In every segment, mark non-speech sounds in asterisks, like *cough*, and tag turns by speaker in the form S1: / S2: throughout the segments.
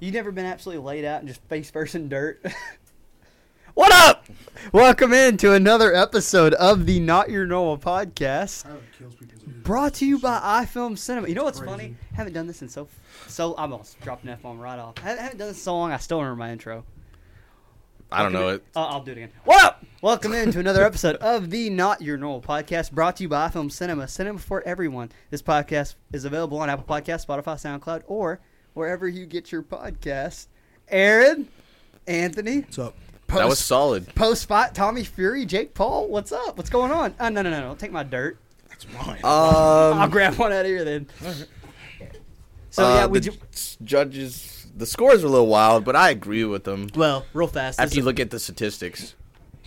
S1: You never been absolutely laid out and just face first in dirt? *laughs* what up? Welcome in to another episode of the Not Your Normal podcast,
S2: Tyler kills people's ears.
S1: brought to you by iFilm Cinema. You know what's funny?
S2: Crazy.
S1: haven't done this in so so I almost dropped an F bomb right off. I haven't done this so long. I still remember my intro.
S3: I don't know
S1: Welcome
S3: it.
S1: in- Uh, I'll do it again. What up? Welcome in to another episode of the Not Your Normal podcast, brought to you by Film Cinema, cinema for everyone. This podcast is available on Apple Podcasts, Spotify, SoundCloud, or wherever you get your podcasts. Aaron, Anthony,
S2: What's up?
S1: post,
S3: That was solid.
S1: post fight Tommy Fury, Jake Paul. What's up? What's going on? Oh, no, no, no, no! Take my dirt.
S2: That's mine.
S1: I'll
S3: *laughs* Um,
S1: grab one out of here
S3: *laughs*
S1: then. Oh, So
S3: uh,
S1: yeah, we
S3: the
S1: ju-
S3: j- judges, the scores were a little wild, but I agree with them.
S1: well, real fast. this
S3: After you
S1: is-
S3: look at the statistics,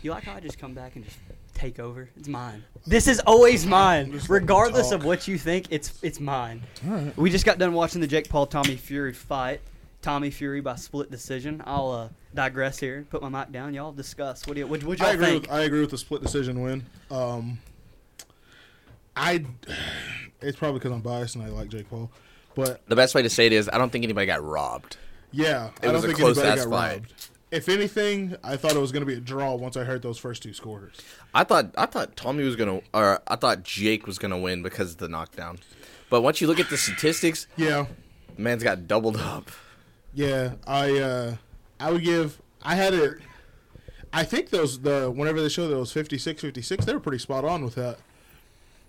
S1: You like how I just come back and just take over? It's mine. This is always mine,
S2: Just let me
S1: regardless of
S2: talk.
S1: what you think. It's it's mine.
S2: Alright.
S1: We just got done watching the Jake Paul Tommy Fury fight. Tommy Fury by split decision. I'll uh, digress here. Put my mic down. Y'all discuss. What do you? What would
S2: I
S1: y'all
S2: agree.
S1: think?
S2: With, I agree with the split decision win. Um, I. It's probably because I'm biased and I like Jake Paul, but
S3: the best way to say it is, I don't think anybody got robbed.
S2: yeah, I
S3: It
S2: don't
S3: was a
S2: think
S3: close
S2: anybody
S3: ass
S2: got
S3: fight.
S2: robbed. If anything, I thought it was going to be a draw once I heard those first two scores.
S3: I thought, I thought Tommy was gonna, or I thought Jake was gonna win because of the knockdown. But once you look at the statistics,
S2: Yeah,
S3: man's got doubled up.
S2: yeah. I uh, I would give. I had it. I think those the whenever they showed those 56, 56, they were pretty spot on with that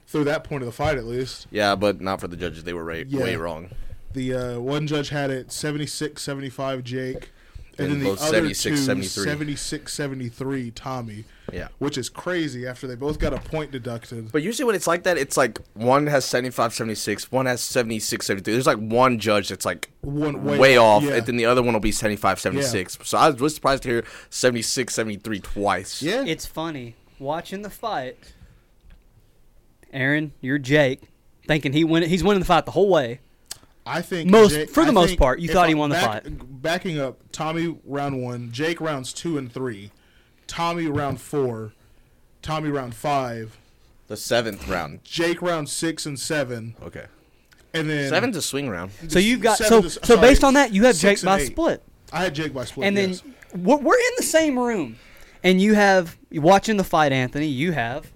S2: through that point of the fight at least.
S3: Yeah, but not for the judges. They were ra-
S2: Yeah.
S3: way wrong.
S2: The uh, one judge had it 76 75 Jake, and,
S3: And
S2: then the
S3: both
S2: other
S3: 76,
S2: two
S3: 73.
S2: 76 73 Tommy.
S3: Yeah.
S2: Which is crazy after they both got a point deducted.
S3: But usually when it's like that, it's like one has 75, 76, one has 76, 73. There's like one judge that's like
S2: One
S3: way,
S2: way
S3: off,
S2: off, yeah.
S3: and then the other one will be 75, 76. So I was surprised to hear 76, 73 twice.
S2: Yeah.
S1: It's funny watching the fight. Aaron, you're Jake, thinking he win. He's winning the fight the whole way.
S2: I think
S1: most- for the most
S2: think
S1: part, you
S2: if
S1: thought he
S2: I'm
S1: won the
S2: back- Backing up, Tommy round one, Jake rounds two and three, Tommy round four, Tommy round five,
S3: The seventh round.
S2: Jake round six and seven,
S3: Okay.
S2: and then
S3: Seven's a swing round.
S1: So you've got so
S2: Seven to-
S1: so based
S2: sorry,
S1: on that, you have
S2: six
S1: Jake
S2: and
S1: by
S2: eight.
S1: split.
S2: I had Jake by split.
S1: and then
S2: yes.
S1: we're, we're in the same room, and you have you're watching the fight, Anthony. You have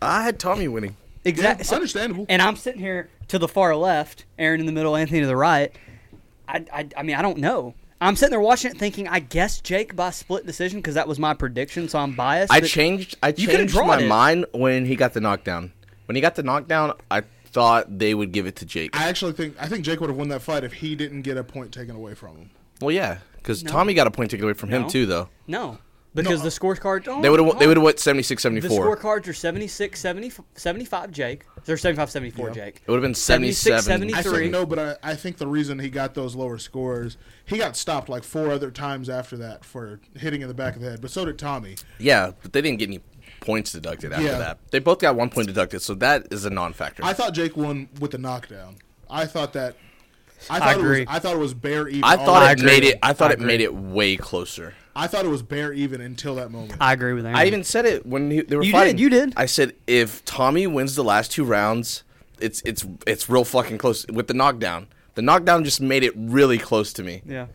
S3: I had Tommy winning.
S1: exactly,
S2: understandable.
S1: and I'm sitting here to the far left, Aaron in the middle, Anthony to the right. I, I, I mean, I don't know. I'm sitting there watching it, thinking, I guess Jake by split decision because that was my prediction, so I'm biased.
S3: I
S1: but
S3: changed I
S1: You could've
S3: changed
S1: drawn
S3: my
S1: it.
S3: mind when he got the knockdown. When he got the knockdown, I thought they would give it to Jake.
S2: I actually think I think Jake would have won that fight if he didn't get a point taken away from him.
S3: well, yeah, because
S1: No.
S3: Tommy got a point taken away from him
S1: No.
S3: too, though.
S1: no because
S2: No,
S1: the scorecards oh,
S3: They would have they would have went 76, 74.
S1: the scorecards are 76, 70, 75 Jake. They're 75, 74
S2: Yeah.
S1: Jake.
S3: it would have been
S1: 76,
S3: 77.
S1: 70.
S2: I
S1: Three.
S2: think no, but I, I think the reason he got those lower scores, he got stopped like four other times after that for hitting in the back of the head. But so did Tommy.
S3: Yeah, but they didn't get any points deducted after
S2: Yeah.
S3: that. They both got one point deducted, so that is a non-factor.
S2: I thought Jake won with the knockdown. I thought that. I thought
S1: agree.
S2: It was, I thought it was bare even.
S3: Oh, I
S2: all
S3: thought
S2: the
S3: it
S2: way-
S3: made it. I thought
S1: I
S3: it made it way closer. Hmm.
S2: I thought it was bare even until that moment.
S1: I agree with Aaron.
S3: I even said it when he, they were
S1: You did,
S3: fighting.
S1: you did.
S3: I said if Tommy wins the last two rounds, it's it's it's real fucking close with the knockdown. The knockdown just made it really close to me.
S1: yeah.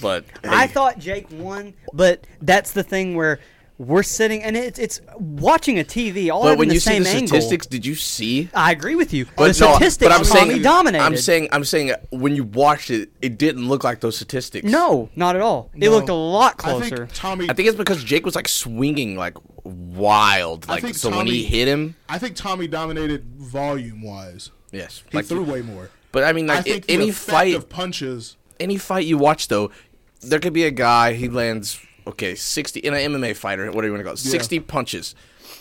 S3: But
S1: I
S3: hey,
S1: thought Jake won, but that's the thing where we're sitting and it's it's watching a TV all
S3: But
S1: over
S3: when
S1: the
S3: you see
S1: same
S3: the
S1: angle.
S3: statistics, did you see?
S1: I agree with you.
S3: But
S1: the
S3: no,
S1: statistics
S3: but I'm
S1: Tommy
S3: saying,
S1: dominated.
S3: I'm saying, I'm saying, when you watched it, it didn't look like those statistics.
S1: no, not at all. It
S2: No.
S1: looked a lot
S2: I
S1: closer.
S2: think Tommy.
S3: I think it's because Jake was like swinging like wild,
S2: I
S3: like
S2: think
S3: so when he
S2: Tommy-
S3: hit him,
S2: I think Tommy dominated volume wise.
S3: yes,
S2: He
S3: like
S2: threw way more.
S3: But I mean,
S2: I
S3: like
S2: think
S3: i-
S2: the
S3: any
S2: effect
S3: fight,
S2: of punches.
S3: any fight you watch though, there could be a guy he lands okay sixty in an MMA fighter, whatever you want to call it, sixty punches,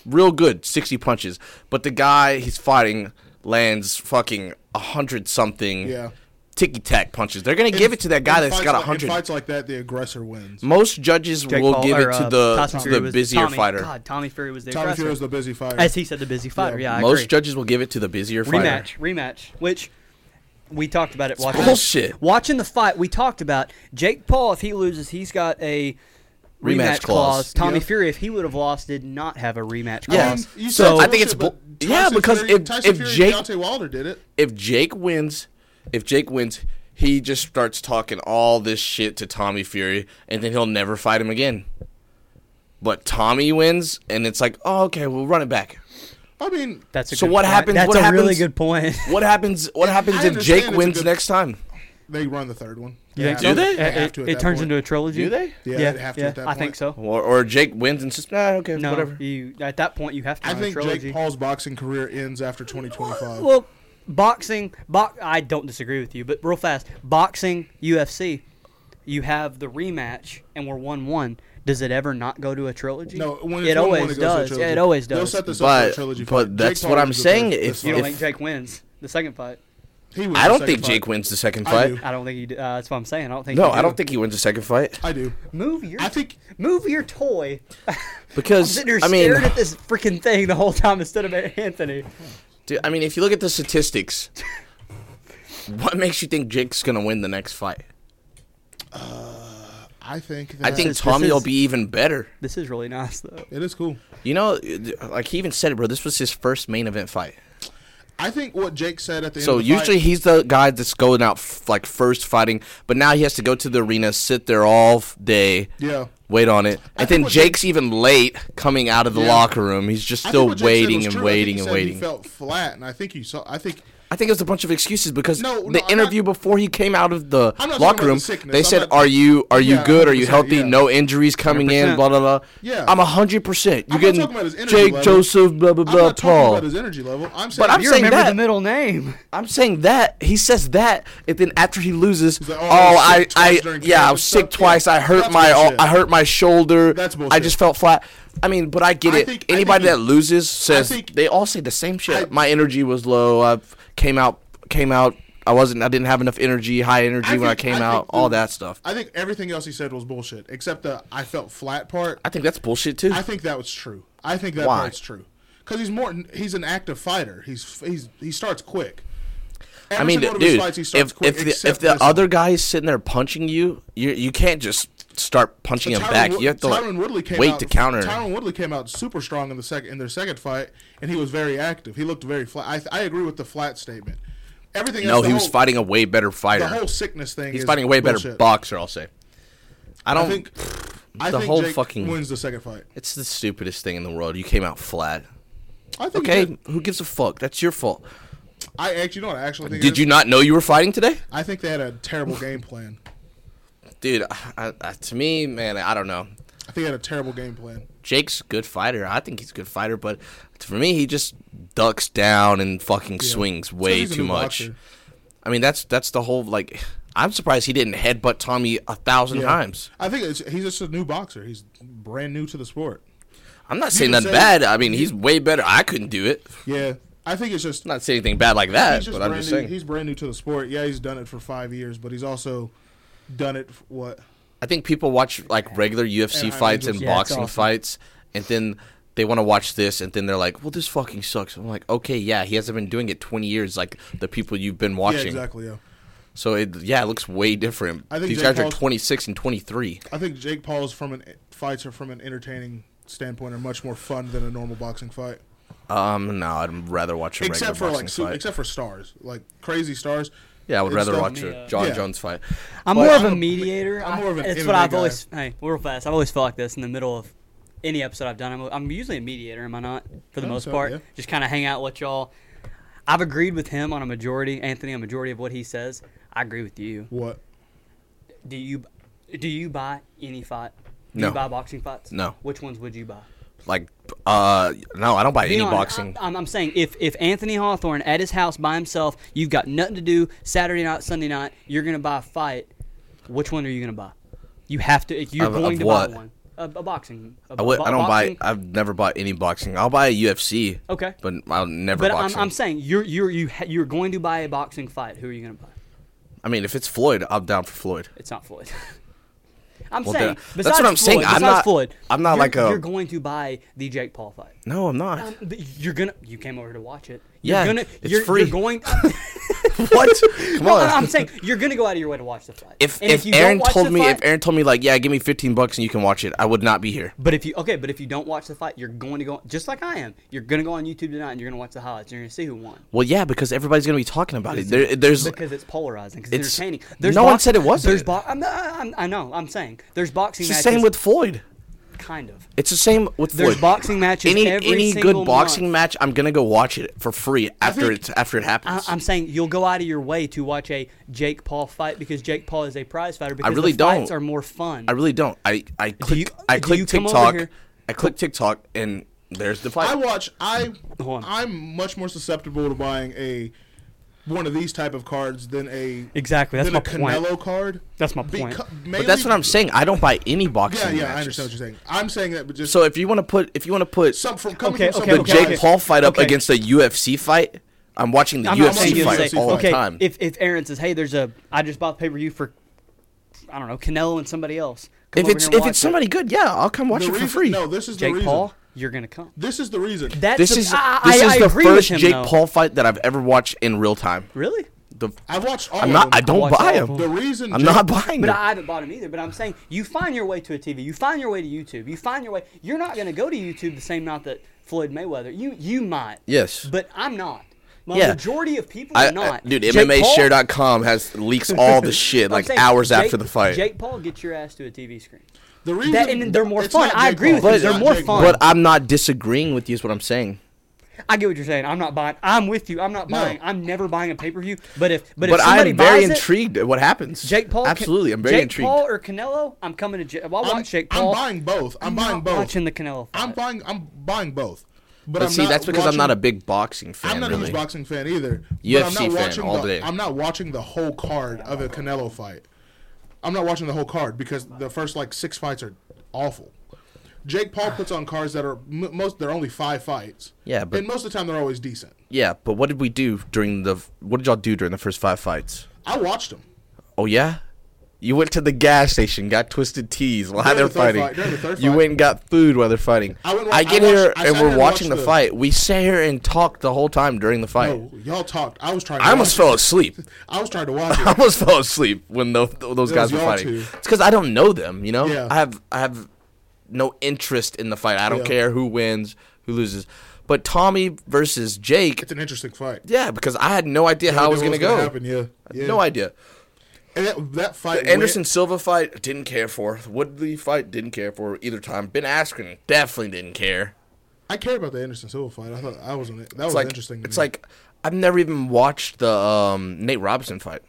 S3: real good, sixty punches. But the guy he's fighting lands fucking a hundred something,
S2: Yeah.
S3: ticky tack punches. They're gonna give it to that guy
S2: In
S3: that's
S2: fights
S3: got a
S2: like- in
S3: hundred. Mm.
S2: fights like that, the aggressor wins.
S3: Most judges
S1: Jake
S3: will
S1: Paul-
S3: give
S1: or,
S3: it to
S1: uh,
S3: the
S1: Tyson
S3: to
S1: Fury
S3: the
S1: was-
S3: busier
S1: Tommy-
S3: fighter.
S1: God, Tommy Fury was the
S2: Tommy
S1: aggressor.
S2: Fury was the busy fighter.
S1: As he said, the busy fighter. Yeah, I
S3: Most
S1: agree.
S3: judges will give it to the busier fighter.
S1: rematch, rematch, which we talked about it. Watching
S3: bullshit.
S1: Watching the fight, we talked about Jake Paul. If he loses, he's got a rematch,
S3: Rematch clause.
S1: Tommy
S2: Yeah.
S1: Fury, if he would have lost, did not have a rematch
S3: Yeah.
S1: clause.
S2: Um, You said
S3: So- I think
S2: bullshit,
S3: it's bull-
S2: but
S3: yeah,
S2: Tyson
S3: because
S2: Fury-
S3: if-
S2: Tyson
S3: if
S2: Fury
S3: Jake-
S2: and Deontay Wilder did it,
S3: if Jake wins, if Jake wins, he just starts talking all this shit to Tommy Fury, and then he'll never fight him again. But Tommy wins, and it's like, oh, okay, we'll run it back.
S2: I mean,
S1: That's a
S3: So
S1: good
S3: what
S1: point.
S3: happens-
S1: That's
S3: what
S1: a really
S3: happens-
S1: good
S2: *laughs*
S1: point.
S3: What happens? What happens if
S2: understand
S3: Jake
S2: it's a
S3: wins
S2: good-
S3: next time?
S2: they run the third one.
S1: You think
S3: Do
S1: so?
S3: they?
S1: It,
S3: They
S2: have
S1: it-
S2: to at
S1: it
S2: that
S1: turns
S2: point.
S1: into a trilogy.
S3: Do they?
S2: Yeah,
S1: yeah,
S2: they'd have to
S1: yeah,
S2: at that
S1: I think so.
S2: point.
S3: Or, or Jake wins and just ah, okay,
S1: No,
S3: whatever.
S1: you at that point you have to.
S2: I
S1: run a
S2: think
S1: trilogy.
S2: Jake Paul's boxing career ends after 2025.
S1: Well, boxing, bo- I don't disagree with you, but real fast, boxing, UFC, you have the rematch, and we're one-one. Does it ever not go to a trilogy?
S2: no, when it's
S1: it
S2: one, one,
S1: always
S2: it goes to a
S1: does. Yeah,
S2: trilogy.
S1: it always
S2: They'll
S1: does.
S2: set this up for a
S3: But
S2: trilogy fight.
S3: but
S2: Jake
S3: that's
S2: Paul
S3: what
S2: is
S3: I'm
S2: the
S3: saying.
S2: first-
S3: If,
S2: the
S1: you don't
S3: if-
S2: first
S1: think Jake wins the second fight?
S2: He wins
S3: I
S2: the
S3: don't
S2: second
S3: think
S2: fight.
S3: Jake wins the second
S2: I
S3: fight.
S2: do.
S1: I don't think you. Do, uh, that's what I'm saying. I don't think.
S3: No,
S1: you do.
S3: I don't think he wins the second fight
S2: I do.
S1: Move your.
S2: I think
S1: move your toy. I'm
S3: because
S1: sitting here
S3: I mean,
S1: staring at this freaking thing the whole time instead of Anthony.
S3: dude, I mean, if you look at the statistics, what makes you think Jake's gonna win the next fight?
S2: I think that
S3: I think
S1: is- this
S3: Tommy will
S1: is-
S3: be even better.
S1: This is really nice though.
S2: it is cool.
S3: You know, like he even said it, bro. This was his first main event fight.
S2: I think what Jake said at the
S3: So
S2: end of the
S3: usually he's the guy that's going out f- like first fighting, but now he has to go to the arena, sit there all f- day,
S2: fight, yeah.
S3: wait on it,
S2: think
S3: and then
S2: what
S3: Jake's even late coming out of the
S2: Yeah.
S3: locker room. He's just
S2: I think
S3: still
S2: what Jake said was
S3: waiting
S2: true.
S3: and
S2: I think
S3: waiting
S2: he
S3: and
S2: said
S3: waiting.
S2: He felt flat, and I think you saw. I think
S3: I think it was a bunch of excuses because
S2: No, no,
S3: the
S2: I'm
S3: interview before he came out of the
S2: I'm not talking about
S3: locker
S2: the
S3: room,
S2: sickness.
S3: they
S2: I'm
S3: said,
S2: not-
S3: "Are you are you
S2: Yeah,
S3: good? Are you
S2: 100%,
S3: healthy?
S2: yeah.
S3: No injuries coming in?
S1: 100%.
S3: Blah blah blah."
S2: Yeah.
S3: I'm hundred percent. You're
S2: I'm not
S3: getting
S2: talking about his energy
S3: Jake
S2: level.
S3: Joseph, blah blah
S2: I'm
S3: blah,
S2: not talking
S3: tall.
S2: about his energy level. I'm saying
S3: But I'm
S1: You
S3: saying
S1: remember
S3: that-
S1: the middle name.
S3: I'm saying that he says that, and then after he loses,
S2: like,
S3: oh,
S2: "Oh, I was
S3: I,
S2: sick
S3: I,
S2: twice during
S3: yeah,
S2: camp
S3: I
S2: and
S3: was sick
S2: stuff."
S3: twice. I
S2: Yeah,
S3: hurt
S2: that's
S3: my, uh,
S2: bullshit.
S3: I hurt my shoulder.
S2: That's
S3: I
S2: bullshit.
S3: just felt flat. I mean, but I get
S2: I
S3: it.
S2: think- I
S3: Anybody
S2: think
S3: that
S2: he-
S3: loses says
S2: think-
S3: they all say the same shit.
S2: I-
S3: my energy was low. I came out, came out. I wasn't. I didn't have enough energy. High energy when I
S2: think-
S3: came
S2: think
S3: out. all
S2: the-
S3: that stuff.
S2: I think everything else he said was bullshit, except the I felt flat part.
S3: I think that's bullshit too.
S2: I think that was true. I think that
S3: Why?
S2: part's true. Because he's more. He's an active fighter. He's he's he starts quick.
S3: I
S2: Every
S3: mean,
S2: single one
S3: dude,
S2: of his fights, he
S3: if,
S2: starts
S3: if
S2: quick,
S3: the, if
S2: except
S3: the
S2: this one.
S3: other guy is sitting there punching you, you you can't just start punching him
S2: Tyron
S3: back.
S2: Wo-
S3: You have to like,
S2: Tyron Woodley came
S3: wait
S2: out,
S3: to counter.
S2: Tyron Woodley came out super strong in the second in their second fight, and he was very active. He looked very flat. I, th- I agree with the flat statement. Everything.
S3: No,
S2: else, the
S3: he was
S2: whole-
S3: fighting a way better fighter.
S2: The whole sickness thing.
S3: He's
S2: is
S3: fighting a way better
S2: bullshit.
S3: boxer, I'll say. I don't.
S2: I
S3: *sighs*
S2: think. I
S3: the
S2: think
S3: whole
S2: Jake
S3: fucking-
S2: wins the second fight.
S3: it's the stupidest thing in the world. You came out flat.
S2: I think. he
S3: Okay,
S2: did.
S3: who gives a fuck? That's your fault.
S2: I actually you know what I actually think. it
S3: Did
S2: is?
S3: you not know you were fighting today,
S2: I think they had a terrible game plan.
S3: dude? I, I, to me, man, I don't know.
S2: I think they had a terrible game plan.
S3: Jake's a good fighter. I think he's a good fighter, but for me, he just ducks down and fucking swings
S2: So
S3: way
S2: he's a
S3: too
S2: new
S3: much.
S2: boxer.
S3: I mean, that's that's the whole like. I'm surprised he didn't headbutt Tommy a thousand
S2: Yeah.
S3: times.
S2: I think it's, he's just a new boxer. He's brand new to the sport.
S3: I'm not saying
S2: can
S3: that's
S2: say-
S3: bad. I mean, he's way better. I couldn't do it.
S2: Yeah, I think it's just
S3: I'm not saying anything bad like that,
S2: he's just
S3: Uh, but I'm
S2: brand
S3: just
S2: new,
S3: saying.
S2: he's brand new to the sport. Yeah, he's done it for five years, but he's also done it f what?
S3: I think people watch like regular UFC
S2: And I
S3: fights
S2: mean,
S3: and
S1: Yeah, it's
S3: boxing
S1: awesome.
S3: fights, and then they want to watch this, and then they're like, "Well, this fucking sucks." I'm like, "Okay, yeah, he hasn't been doing it 20 years, like the people you've been watching."
S2: Yeah, exactly. Yeah,
S3: So it, yeah, it looks way different.
S2: I think
S3: These
S2: Jake
S3: guys are
S2: Paul's-
S3: 26 and 23.
S2: I think Jake Paul's from an fights are from an entertaining standpoint are much more fun than a normal boxing fight,
S3: Um, no, I'd rather watch a
S2: except for
S3: regular
S2: like
S3: boxing
S2: su-
S3: fight.
S2: except for stars, like crazy stars.
S3: yeah, I would
S2: it's
S3: rather
S2: still-
S3: watch
S1: Yeah.
S3: a John
S2: Yeah.
S3: Jones fight.
S1: I'm
S2: But
S1: more of
S2: I'm
S1: a
S2: a-
S1: mediator.
S2: I'm more of an
S1: It's
S2: MMA
S1: what I've
S2: guy.
S1: always. Hey, real fast. I've always felt like this in the middle of any episode I've done. I'm, I'm usually a mediator, am I not? For the
S2: I think
S1: most
S2: Oh, so,
S1: part,
S2: yeah.
S1: just kind of hang out with y'all. I've agreed with him on a majority, Anthony, a majority of what he says. I agree with you.
S2: What?
S1: Do you do you buy any fight? Do
S3: No.
S1: you buy boxing fights?
S3: No.
S1: Which ones would you buy?
S3: Like, uh, no, I don't buy
S1: Be
S3: any
S1: honest,
S3: boxing.
S1: I, am I'm saying if if Anthony Hawthorne at his house by himself, you've got nothing to do Saturday night, Sunday night. You're gonna buy a fight. Which one are you gonna buy? You have to. You're
S3: Of-
S1: going
S3: of
S1: to
S3: what?
S1: buy one. A, a boxing. I
S3: I would.
S1: a,
S3: I don't
S1: boxing.
S3: buy. I've never bought any boxing. I'll buy a UFC.
S1: Okay.
S3: But I'll never.
S1: But I'm,
S3: boxing.
S1: I'm saying you're you're you ha- you're going to buy a boxing fight. Who are you gonna buy?
S3: I mean, if it's Floyd, I'm down for Floyd.
S1: It's not Floyd. *laughs* I'm
S3: Well,
S1: saying
S3: that- that's what
S1: besides
S3: I'm saying.
S1: Floyd,
S3: I'm
S1: besides
S3: not-
S1: Floyd.
S3: I'm not
S1: you're-
S3: like a-
S1: You're going to buy the Jake Paul fight.
S3: No, I'm not.
S1: *laughs* Um, th- You're gonna. You came over to watch it.
S3: Yeah,
S1: you're gonna,
S3: it's
S1: you're,
S3: *laughs* free.
S1: You're going.
S3: *laughs* what? Come
S1: No,
S3: on.
S1: I'm saying you're gonna go out of your way to watch the fight.
S3: if
S1: And
S3: if
S1: you don't
S3: Aaron
S1: watch
S3: told
S1: the
S3: me
S1: fight-
S3: if Aaron told me like yeah, give me fifteen bucks and you can watch it, I would not be here.
S1: But if you okay, but if you don't watch the fight, you're going to go just like I am. You're going to go on YouTube tonight and you're going to watch the highlights. You're going to see who won
S3: Well, yeah, because everybody's gonna be talking about it. There, there's
S1: because it's polarizing. Because
S3: It's-
S1: it's entertaining.
S3: no one said it wasn't.
S1: There's bo- I'm, I'm, I know. I'm saying there's boxing.
S3: it's the
S1: matches,
S3: same with Floyd.
S1: kind of.
S3: It's the same with
S1: There's
S3: Floyd.
S1: boxing matches
S3: Any
S1: every
S3: any
S1: single
S3: good boxing
S1: month.
S3: match, I'm gonna go watch it for free after
S2: think-
S3: it's after it
S1: I,
S3: happens.
S1: I'm saying you'll go out of your way to watch a Jake Paul fight because Jake Paul is a prize fighter. Because
S3: really
S1: the fights
S3: don't.
S1: are more fun.
S3: I really don't. I I click
S1: you-
S3: I
S1: do
S3: click
S1: you come over
S3: TikTok.
S1: here-
S3: I click TikTok and there's the fight.
S2: I watch. I
S1: Hold on.
S2: I'm much more susceptible to buying a one of these type of cards than a
S1: Exactly, that's
S2: than
S1: my
S2: a Canelo card.
S1: That's my point.
S3: but that's what I'm saying. I don't buy any
S2: Yeah,
S3: boxing.
S2: yeah, I
S3: matches.
S2: understand what you're saying. I'm saying that, but just
S3: So if you want to put if you want to put
S2: some from coming
S1: Okay,
S2: from
S1: okay,
S3: the
S2: some
S1: okay,
S3: Jake
S1: okay.
S3: Paul fight up
S1: Okay.
S3: against a UFC fight, I'm watching the
S1: I'm not saying
S3: UFC
S1: you
S2: you'd
S3: fight
S1: say-
S3: all
S1: okay,
S3: the time.
S1: If if Aaron says, "Hey, there's a I just bought pay per view for, I don't know, Canelo and somebody else." Come
S3: if
S1: over
S3: it's
S1: here and
S3: if
S1: watch
S3: it's
S1: it."
S3: somebody good, yeah, I'll come watch
S2: the
S3: it for
S2: reason,
S3: free.
S2: No, this is the
S1: Jake
S2: reason.
S1: Paul, you're gonna come.
S2: This is the reason.
S1: That's
S3: this
S1: the-
S3: is
S1: I, I-
S3: this
S1: I
S3: is the
S1: agree with
S3: first
S1: him,
S3: Jake
S1: though.
S3: Paul fight that I've ever watched in real time.
S1: Really?
S3: The
S2: I've watched all
S3: I'm
S2: of
S3: not. I
S2: them.
S3: don't
S1: watch all
S3: buy
S1: of
S3: him.
S1: them.
S2: The reason
S3: I'm
S2: Jake-
S3: not buying
S1: But
S3: him.
S1: I haven't bought him either. But I'm saying you find your way to a TV. You find your way to YouTube. You find your way. You're not going to go to YouTube the same amount that Floyd Mayweather. You you might.
S3: Yes.
S1: But I'm not. My
S3: Yeah.
S1: majority of people
S3: I,
S1: are not.
S3: dude,
S1: Jake Paul-
S3: MMAshare.com has leaks
S1: *laughs*
S3: all the shit
S1: I'm
S3: like
S1: saying,
S3: hours
S1: Jake-
S3: after the fight.
S1: Jake Paul, get your ass to a TV screen.
S2: The reason
S1: That- and they're more
S2: it's
S1: fun.
S2: not
S1: I
S2: Jake
S1: agree with
S2: Paul.
S1: you.
S2: It's
S1: They're
S2: not
S1: more
S2: Jake
S1: fun.
S2: Paul.
S3: But I'm not disagreeing with you. Is what I'm saying.
S1: I get what you're saying. I'm not buying. I'm with you. I'm not
S2: No.
S1: buying. I'm never buying a pay per view. But if but,
S3: But
S1: if somebody
S3: I'm very
S1: buys it,
S3: intrigued at what happens.
S1: Jake Paul,
S3: Absolutely, I'm very
S1: Jake
S3: intrigued.
S1: Paul or Canelo, I'm coming to. J- I'll watch
S2: I'm,
S1: Jake
S2: I'm
S1: Paul.
S2: buying both. I'm,
S1: I'm
S2: buying
S1: not
S2: both.
S1: Watching the Canelo.
S2: I'm
S1: fight.
S2: buying. I'm buying both. But,
S3: But
S2: I'm
S3: see,
S2: not
S3: that's because I'm not a
S2: watching-
S3: big boxing fan.
S2: I'm not a
S3: really.
S2: huge boxing fan either. but I'm
S3: UFC
S2: not
S3: fan
S2: watching
S3: all
S2: the,
S3: day.
S2: I'm not watching the whole card of a Canelo fight. I'm not watching the whole card because the first like six fights are awful. Jake Paul puts on cards that are m- most. They're only five fights.
S3: Yeah, but-
S2: and most of the time they're always decent.
S3: Yeah, but what did we do during the? What did y'all do during the first five fights?
S2: I watched them.
S3: Oh yeah, you went to the gas station, got twisted teas while
S2: During
S3: they're
S2: the third
S3: fighting.
S2: fight- during the third
S3: you
S2: fight.
S3: went and got food while they're fighting.
S2: I
S3: I,
S2: went wa-
S3: get
S2: I watched-
S3: here
S2: I sat
S3: and
S2: there
S3: we're
S2: and
S3: watching the,
S2: watched the-
S3: fight. We sat here and talked the whole time during the fight.
S2: Oh, y'all talked. I was trying. To
S3: I almost
S2: watch
S3: fell asleep.
S2: it. I was trying to watch
S3: I
S2: it.
S3: *laughs* almost fell asleep when tho- th- those guys were
S2: y'all
S3: fighting.
S2: two.
S3: It's because I don't know them. You know,
S2: Yeah.
S3: I have I have no interest in the fight. I don't
S2: Yeah.
S3: care who wins, who loses. But Tommy versus Jake,
S2: It's an interesting fight.
S3: yeah, because I had no idea how it was
S2: What
S3: going to go.
S2: Happen, yeah. yeah.
S3: No idea.
S2: And that, that fight.
S3: The Anderson Silva fight didn't care for. The Woodley fight didn't care for either time. Ben Askren definitely didn't care.
S2: I care about the Anderson Silva fight. I thought I was on it. That was
S3: It's like
S2: interesting. to
S3: it's
S2: me.
S3: like I've never even watched the um, Nate Robinson fight.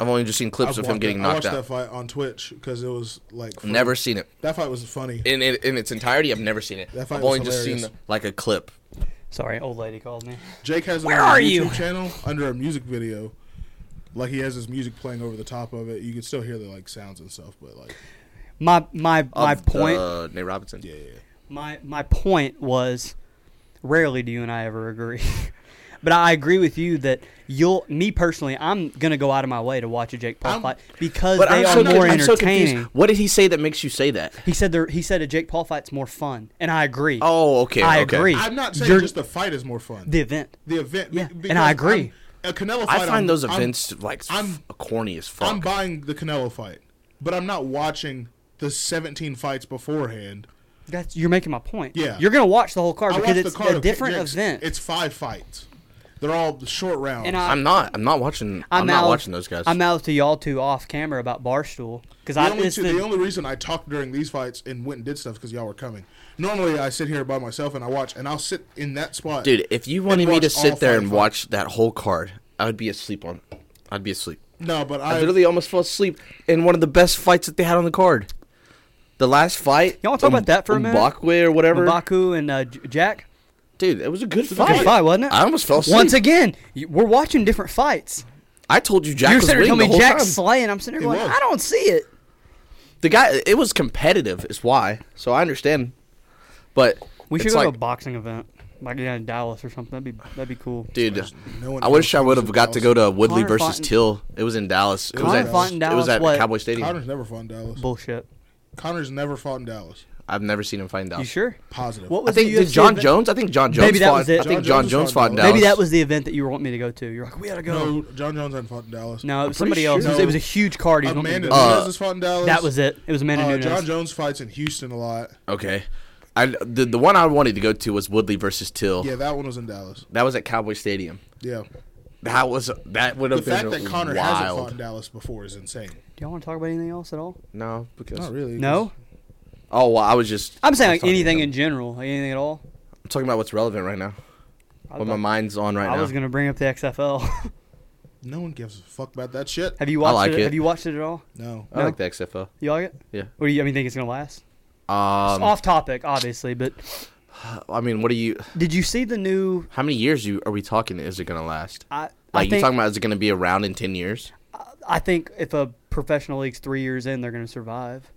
S3: I've only just seen clips
S2: I've
S3: of him
S2: watched
S3: getting
S2: that- I
S3: knocked
S2: watched that
S3: out.
S2: fight on Twitch because it was like fun.
S3: Never seen it
S2: That fight was funny.
S3: in, in in its entirety. I've never seen it.
S2: That fight
S3: I've
S2: was
S3: only just seen
S2: hilarious.
S3: like a clip.
S1: Sorry, old lady called me.
S2: Jake has it
S1: Where
S2: on his
S1: are
S2: YouTube
S1: you?
S2: channel under a music video. Like he has his music playing over the top of it. You can still hear the like sounds and stuff, but like
S1: My my my
S3: of
S1: point.
S3: the Nate Robinson.
S2: yeah, yeah. yeah.
S1: My my point was, rarely do you and I ever agree, *laughs* but I agree with you that you'll me personally, I'm gonna go out of my way to watch a Jake Paul
S2: I'm-
S1: fight because
S3: But
S1: they
S3: I'm,
S1: are
S3: so,
S1: more
S3: I'm so
S1: entertaining.
S3: confused. What did he say that makes you say that?
S1: he said there, he said a Jake Paul fight's more fun, and I agree.
S3: Oh, okay.
S1: I
S3: okay.
S1: agree.
S2: I'm not saying
S1: You're-
S2: just the fight is more fun.
S1: the event.
S2: the event, be-
S1: Yeah, and
S2: because
S1: I agree.
S2: I'm- a Canelo fight.
S3: I
S2: I'm-
S3: find those
S2: I'm-
S3: events like
S2: I'm-
S3: I'm, corny as fuck.
S2: I'm buying the Canelo fight, but I'm not watching the 17 fights beforehand.
S1: That's you're making my point.
S2: Yeah.
S1: you're gonna watch the whole card
S2: I
S1: because
S2: watched
S1: it's
S2: the card
S1: a
S2: of
S1: different
S2: Jake's-
S1: event.
S2: It's five fights. They're all short rounds.
S1: And I-
S3: I'm not. I'm not watching. I'm, not
S1: out-
S3: watching those guys.
S1: I'm out to y'all two off camera about barstool because
S2: The
S1: I
S2: only,
S1: it's
S2: two,
S1: the-
S2: the only reason I talked during these fights and went and did stuff because y'all were coming. Normally, I sit here by myself and I watch, and I'll sit in that spot.
S3: Dude, if you wanted me
S2: watch
S3: to
S2: all
S3: sit there and
S2: five
S3: watch that whole card, I would be asleep on. I'd be asleep.
S2: no, but
S3: I
S2: I,
S3: literally almost fell asleep in one of the best fights that they had on the card. The last fight.
S1: Y'all wanna talk about that for a minute?
S3: Mbakwe or whatever.
S1: Baku and uh, J- Jack.
S3: Dude, it was a good
S1: Good
S3: fight.
S1: fight, wasn't it?
S3: I almost fell asleep.
S1: Once again, you- we're watching different fights.
S3: I told you Jack
S1: You're
S3: was
S1: sitting there
S3: winning the
S1: telling me
S3: whole
S1: Jack's
S3: time.
S1: slaying. I'm sitting there
S2: He
S1: going,
S2: was.
S1: I don't see it.
S3: The guy, it was competitive. Is why. So I understand. But
S1: We should
S3: it's
S1: go
S3: like,
S1: to a boxing event, like yeah, in Dallas or something. That'd be that'd be cool.
S3: dude.
S2: No one
S3: I wish I
S2: knows
S3: would
S2: who's
S3: have
S2: in
S3: got to
S2: Dallas.
S3: go to Woodley
S1: Connor
S3: versus
S1: fought in-
S3: Till. It was in Dallas. It was
S1: Connor
S3: at,
S1: fought in
S3: it was
S1: Dallas,
S3: at
S1: what?
S3: Cowboy Stadium.
S2: Connor's never fought in Dallas.
S1: Bullshit.
S2: Connor's never fought in Dallas.
S3: I've never seen him fight in Dallas.
S1: You sure?
S2: Positive.
S1: What
S3: I
S1: was
S3: think
S1: the
S3: did
S1: UFC
S3: John
S1: event-
S3: Jones. I think John Jones.
S1: Maybe that
S3: fought,
S1: was it.
S3: I think
S2: John
S3: John
S2: Jones
S3: Jones
S2: was
S3: fought in
S2: on
S3: Dallas.
S2: Dallas.
S1: Maybe that was the event that you were wanting me to go to. You're like, we gotta go.
S2: No, John Jones hadn't fought in Dallas.
S1: No, it was
S3: pretty
S1: somebody else. It was,
S2: sure-
S1: it was a huge card. He was wanting me
S2: Amanda
S1: to
S2: Nunes
S1: go to.
S3: Uh,
S2: has fought in Dallas.
S1: that was it. It was Amanda
S2: Uh,
S1: Nunes.
S2: John Jones fights in Houston a lot.
S3: okay. I the the one I wanted to go to was Woodley versus Till.
S2: Yeah, that one was in Dallas.
S3: That was at Cowboy Stadium.
S2: Yeah.
S3: That was that would
S2: The
S3: have been
S2: fact that Connor hasn't fought
S3: wild.
S2: in Dallas before is insane.
S1: Do y'all want to talk about anything else at all?
S3: No, because
S2: Not really.
S1: No.
S3: oh well, I was just
S1: I'm saying
S3: I was
S1: like
S3: talking
S1: anything
S3: about-
S1: in general, like anything at all.
S3: I'm talking about what's relevant right now.
S1: I,
S3: What my mind's on right
S1: I
S3: now.
S1: was gonna bring up the XFL.
S2: No one gives a fuck about that shit.
S1: *laughs* Have you watched
S3: like
S1: it?
S3: it.
S1: Have you watched it at all?
S2: No.
S3: I like the XFL.
S1: You like it?
S3: Yeah.
S1: What do you? I mean, think it's gonna last? It's
S3: Um,
S1: off topic, obviously, but
S3: I mean, what are you?
S1: did you see the new?
S3: How many years you are we talking? Is it gonna last?
S1: I
S3: Like
S1: I
S3: you
S1: think
S3: talking about? Is it gonna be around in ten years?
S1: I think if a professional league's three years in, they're gonna survive.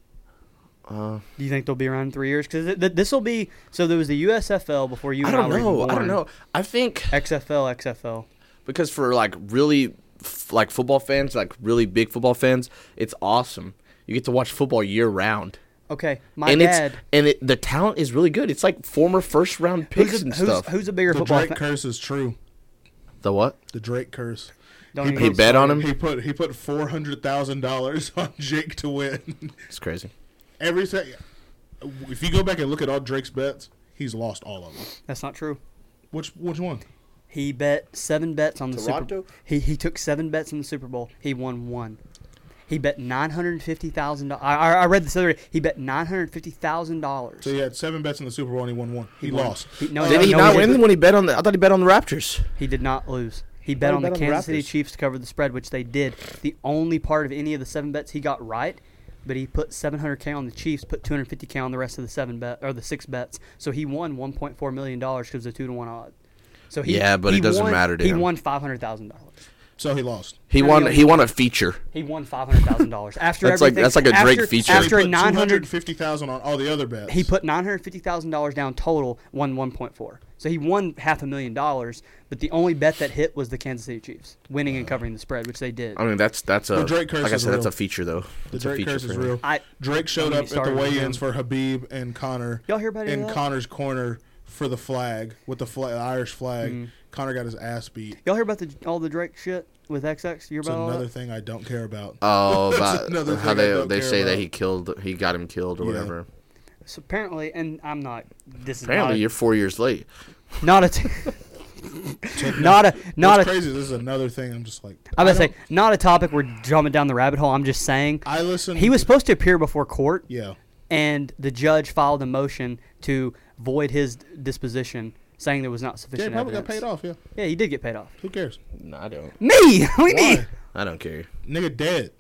S3: Uh,
S1: Do you think they'll be around in three years? Because th- th- this will be so. There was the USFL before you.
S3: I
S1: and
S3: don't
S1: were even
S3: know. I
S1: born.
S3: don't know. I think
S1: XFL, XFL.
S3: because for like really f- like football fans, like really big football fans, it's awesome. You get to watch football year round.
S1: Okay, my
S3: and
S1: dad.
S3: it's and it, the talent is really good. It's like former first round picks
S1: Who's a,
S3: and
S1: who's,
S3: stuff.
S1: who's a bigger
S2: The
S1: football
S2: Drake
S1: fan?
S2: curse is true.
S3: the what?
S2: The Drake curse.
S1: Don't
S3: He
S1: even-
S3: bet on him.
S2: He put he put four hundred thousand dollars *laughs* on Jake to win. *laughs*
S3: It's crazy.
S2: Every se- if you go back and look at all Drake's bets, he's lost all of them.
S1: That's not true.
S2: Which which one?
S1: He bet seven bets on the Super
S3: Toronto?
S1: Bowl. He, he took seven bets in the Super Bowl. He won one. He bet nine hundred fifty thousand dollars. I, I read this other day. He bet nine hundred fifty thousand dollars.
S2: So he had seven bets in the Super Bowl and he won one. He,
S1: won.
S2: lost. Uh,
S1: He- no,
S3: Did he
S1: no,
S3: not
S1: he
S3: win
S1: didn't.
S3: when he bet on the? I thought he bet on the Raptors.
S1: He did not lose. He bet
S3: he
S1: on
S3: bet
S1: the
S3: on the
S1: Kansas City
S3: Raptors.
S1: Chiefs to cover the spread, which they did. The only part of any of the seven bets he got right, but he put 700k on the Chiefs, put 250k on the rest of the seven bet or the six bets. So he won 1.4 million dollars because of the two to one odds. So he
S3: Yeah, but
S1: he
S3: it doesn't
S1: won-
S3: matter to
S1: he
S3: him.
S1: won five hundred thousand dollars.
S2: So he lost.
S3: He
S1: No,
S3: won.
S1: no,
S3: He won a feature.
S1: He won five hundred thousand
S3: *laughs*
S1: dollars after
S3: That's like-
S1: everything.
S3: that's like a Drake
S1: after-
S3: feature.
S2: So
S1: After
S2: he put
S1: nine hundred
S2: two hundred fifty thousand on all the other bets.
S1: He put nine hundred fifty thousand dollars down total, won one point four. So he won half a million dollars, but the only bet that hit was the Kansas City Chiefs winning and covering the spread, which they did.
S3: I mean, that's that's a
S2: The Drake curse
S3: like I
S2: is
S3: said, that's
S2: real.
S3: a feature though.
S2: the
S3: It's a
S2: Drake
S3: feature
S2: curse is
S3: for him.
S2: real.
S1: I
S2: Drake showed
S1: Don't get
S2: up
S1: me started
S2: at the
S1: on
S2: weigh-ins
S1: him.
S2: for Habib and Connor.
S1: Y'all hear about any
S2: in
S1: of that?
S2: Connor's corner for the flag with the, fla- the Irish flag.
S1: Mm.
S2: Connor got his ass beat.
S1: Y'all hear about the all the Drake shit with XX? You're
S2: It's
S1: about all
S2: another
S1: that?
S2: thing I don't care about.
S3: *laughs*
S2: *laughs*
S3: Oh,
S2: That's
S3: about
S2: another
S3: how
S2: thing I
S3: they
S2: don't
S3: they
S2: care
S3: say that
S2: about.
S3: he killed, he got him killed or
S2: Yeah.
S3: whatever.
S1: So apparently, and I'm not. This is
S3: Apparently, you're
S1: not
S3: four years late.
S1: a, not a t- *laughs* not a not
S2: What's
S1: a.
S2: crazy. is This is another thing. I'm just like
S1: I'm
S2: I
S1: gonna say
S2: don't-
S1: not a topic. We're jumping down the rabbit hole. I'm just saying
S2: I listen.
S1: he was supposed to appear before court.
S2: yeah.
S1: and the judge filed a motion to void his disposition, saying there was not
S2: Yeah, he
S1: sufficient
S2: probably got
S1: evidence.
S2: paid off. Yeah,
S1: Yeah, he did get paid off.
S2: who cares?
S3: No, I
S1: *laughs*
S3: don't.
S1: Me, we me.
S2: Why?
S3: I don't care.
S2: Nigga
S3: *laughs*
S2: dead.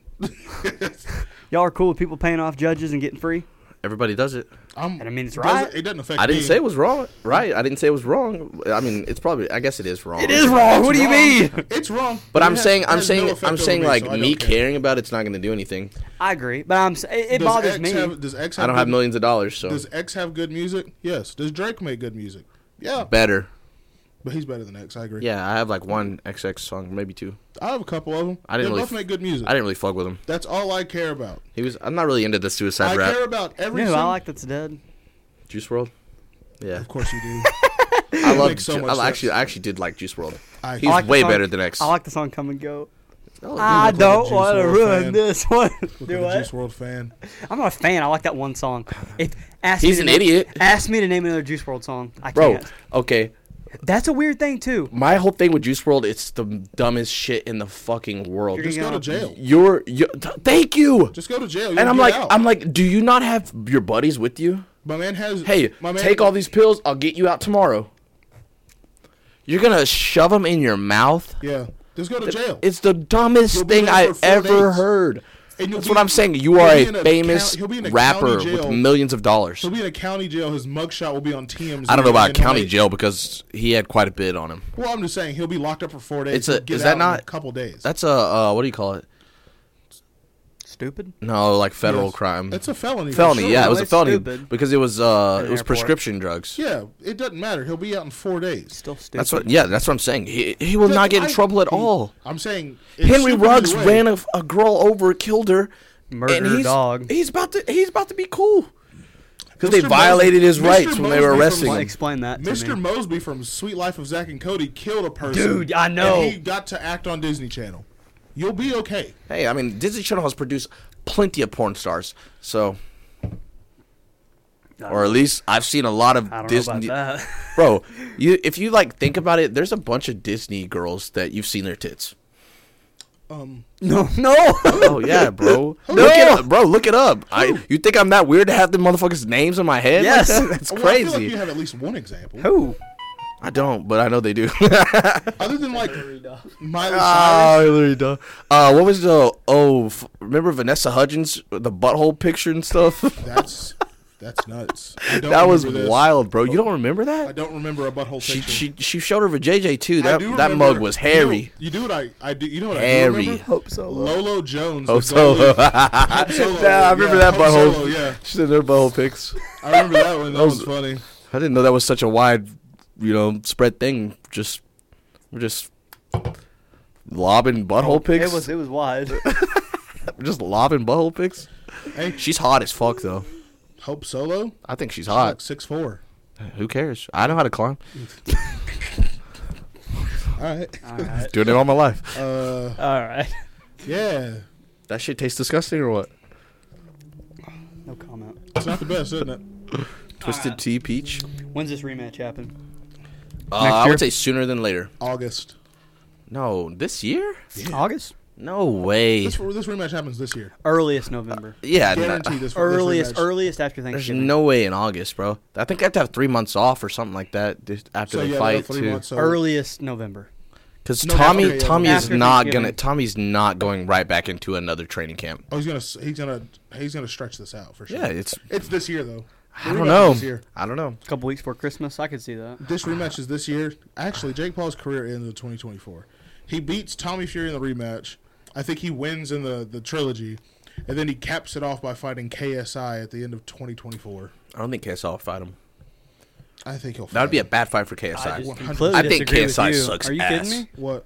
S1: Y'all are cool with people paying off judges and getting free.
S3: Everybody does it.
S2: I'm,
S1: And I mean, it's
S2: doesn't-
S1: right.
S2: It doesn't affect.
S3: I didn't
S2: me.
S3: say it was wrong. Right? I didn't say it was wrong. I mean, it's probably. I guess it is wrong.
S1: It is wrong. What do you
S2: It's
S1: mean?
S2: wrong. It's wrong.
S3: But
S2: It
S3: I'm
S2: has-
S3: saying,
S2: it
S3: I'm
S2: has
S3: saying,
S2: no
S3: I'm
S2: effect
S3: saying,
S2: over me,
S3: like
S2: so I don't
S3: me
S2: care.
S3: caring about it's not going to do anything.
S1: *laughs* I agree, but I'm. s- It, it
S2: Does
S1: bothers
S2: X
S1: me.
S2: Have, does X have
S3: I don't have
S2: good-
S3: millions of dollars, so
S2: Does X have good music? Yes. Does Drake make good music? Yeah.
S3: better.
S2: But he's better than X. I agree.
S3: Yeah, I have like one XX song, maybe two.
S2: I have a couple of them.
S3: I
S2: they
S3: didn't really
S2: both
S3: f-
S2: make good music.
S3: I didn't really fuck with him.
S2: That's all I care about.
S3: He was. I'm not really into the suicide
S2: I
S3: rap.
S2: care about
S1: You
S2: every.
S1: know who I
S2: sing-
S1: like that's dead?
S3: Juice World. Yeah,
S2: Of course you
S1: *laughs*
S2: do.
S3: I
S2: It
S3: love.
S2: makes so
S3: Ju-
S2: much sense.
S3: I actually, I actually did like Juice World.
S2: I-
S3: He's
S2: I
S1: like the
S3: way
S1: song-
S3: better than X.
S1: I like the song "Come and Go."
S3: Oh,
S1: I
S2: look like a
S1: don't
S2: Juice
S1: want to
S2: WRLD
S1: ruin
S2: fan.
S1: this one.
S2: Look
S1: Do
S2: at the Juice
S1: what?
S2: World fan.
S1: I'm not a fan. I like that one song. If ask
S3: He's
S1: me
S3: an
S1: to name-
S3: idiot.
S1: Ask me to name another Juice World song. I
S3: bro.
S1: can't.
S3: Okay,
S1: That's a weird thing too.
S3: my whole thing with Juice World, it's the dumbest shit in the fucking world.
S1: You're
S2: Just go
S1: gonna-
S2: to jail.
S3: You're, you're th- thank you.
S2: Just go to jail.
S3: and
S2: You'll
S3: I'm
S2: get
S3: like,
S2: out.
S3: I'm like, do you not have your buddies with you?
S2: My man has.
S3: Hey,
S2: my man,
S3: take all these pills. I'll get you out tomorrow. You're gonna shove them in your mouth.
S2: Yeah. Just go to jail.
S3: It's the dumbest
S2: You'll be
S3: thing
S2: there
S3: I
S2: for four
S3: ever
S2: days.
S3: heard.
S2: And you'll
S3: That's
S2: be-
S3: what I'm saying. You
S2: he'll
S3: are
S2: be
S3: a
S2: in a
S3: famous
S2: coun- he'll be in a
S3: rapper
S2: county
S3: with
S2: jail.
S3: millions of dollars.
S2: He'll be in a county jail. His mugshot will be on TMZ.
S3: I don't know about a
S2: and he'll
S3: county
S2: make-
S3: jail because he had quite a bit on him.
S2: Well, I'm just saying he'll be locked up for four days.
S3: It's a-
S2: He'll get
S3: is that
S2: out in a
S3: not-
S2: couple days?
S3: That's a uh, what do you call it?
S1: Stupid.
S3: No, like federal
S2: Yes.
S3: crime.
S2: It's a felony. for
S3: felony.
S2: sure.
S3: yeah, it was
S1: Well,
S3: a
S1: it's
S3: felony
S1: stupid.
S3: because it was uh,
S1: an
S3: it was
S1: airport.
S3: prescription drugs.
S2: Yeah, it doesn't matter. He'll be out in four days.
S1: Still stupid.
S3: That's what. Yeah, that's what I'm saying. He he will not get in
S2: I-
S3: trouble at all.
S2: I'm saying it's
S3: Henry
S2: stupid either
S3: Ruggs
S2: way.
S3: ran a, a girl over, killed her,
S1: Murdered
S3: and
S1: her
S3: he's,
S1: dog.
S3: He's about to he's about to be cool. because they
S2: Mr.
S3: violated
S2: Mosby-
S3: his
S2: Mr.
S3: rights when they
S2: Mosby
S3: were
S2: from,
S3: arresting
S1: Well,
S2: like,
S3: him.
S1: explain that to
S2: Mr.
S1: me.
S2: Mosby from Sweet Life of Zach and Cody killed a person.
S1: Dude, I know.
S2: And he got to act on Disney Channel. You'll be okay.
S3: Hey, I mean, Disney Channel has produced plenty of porn stars, so. Or at least I've seen a lot of
S1: I don't
S3: Disney.
S1: know about that.
S3: Bro, you if you like think about it, there's a bunch of Disney girls that you've seen their tits.
S2: Um,
S1: *laughs* no, no.
S3: Oh
S1: *laughs*
S3: yeah, bro. Look it up, bro. Look it up. I you think I'm that weird to have the motherfuckers' names in my head? like
S1: Yes.
S3: that? *laughs* that's
S2: well, I feel like
S3: crazy.
S2: you have at least one example.
S1: *laughs* Who?
S3: I don't, but I know
S1: *laughs*
S3: they do. *laughs*
S2: Other than like Miley
S3: Ah,
S2: Cyrus.
S3: Hillary Duff. Uh, what was the oh? F- remember Vanessa Hudgens, with the butthole picture and stuff. *laughs*
S2: That's that's nuts. I don't
S3: that was
S2: remember this.
S3: wild, bro. You don't remember
S2: I
S3: that?
S2: don't remember a butthole
S3: She
S2: picture.
S3: she she showed her vajayjay too.
S2: I
S3: That
S2: do
S3: that
S2: remember-
S3: mug was
S2: you know-
S3: hairy.
S2: You do what I, I do. You know what I
S3: Hairy.
S2: do remember?
S1: Hope so.
S2: Lolo Jones. the
S3: Oh, so
S2: goalie.
S3: yeah, *laughs*
S2: Hope Solo,
S3: I remember
S2: yeah,
S3: that
S2: Hope
S3: butthole.
S2: Solo, yeah,
S3: She did her butthole pics.
S2: I remember that one. That was
S3: Those-
S2: funny.
S3: I didn't know that was such a wide, you know, spread thing. Just we're just lobbing butthole pics.
S1: It was it was
S2: *laughs*
S1: wide.
S3: just lobbing butthole pics.
S2: Hey,
S3: She's hot as fuck though.
S2: Hope Solo.
S3: I think she's
S2: Like
S3: hot.
S2: six four.
S3: Who cares? I know how to climb.
S2: All right.
S1: All right.
S3: Doing it all my life.
S2: Uh,
S1: All right.
S2: yeah.
S3: That shit tastes disgusting or what?
S1: No comment.
S2: It's not the best, isn't it?
S3: Twisted
S2: Uh,
S3: tea peach.
S1: When's this rematch happen?
S3: Uh,
S1: Next
S3: I
S1: year?
S3: would say sooner than later.
S2: August.
S3: No, this year?
S1: August.
S3: No way.
S2: This, this rematch happens this year.
S1: Earliest November.
S3: Yeah, no-
S2: Guarantee this.
S1: earliest
S2: This rematch.
S1: earliest after
S3: there's
S1: Thanksgiving.
S3: no way in August, bro. I think I have to have three months off or something like that just after
S2: So
S3: the
S2: yeah, about
S3: fight
S2: three
S3: too.
S2: months. So
S1: earliest November.
S3: Because
S2: No, that's
S3: Tommy,
S2: okay, yeah,
S3: Tommy
S1: yeah.
S3: is
S1: After
S3: not
S1: Thanksgiving.
S3: gonna. Tommy's not going right back into another training camp.
S2: Oh, he's gonna s- he's gonna he's gonna stretch this out for sure.
S3: Yeah, it's.
S2: It's this year though. The
S3: I don't
S2: rematch
S3: know.
S2: is This, year.
S3: I don't know.
S1: A couple weeks before Christmas. I could see that.
S2: this rematch is this year. Actually, Jake Paul's career ends in 2024. He beats Tommy Fury in the rematch. I think he wins in the the trilogy, and then he caps it off by fighting KSI at the end of 2024.
S3: I don't think KSI will fight him.
S2: I think he'll.
S3: That would be a
S2: fight.
S3: bad fight for KSI.
S1: I just
S2: 100.
S1: completely
S3: I think
S1: disagree with
S3: KSI
S1: you.
S3: sucks
S1: Are you
S3: ass.
S1: kidding me?
S2: what.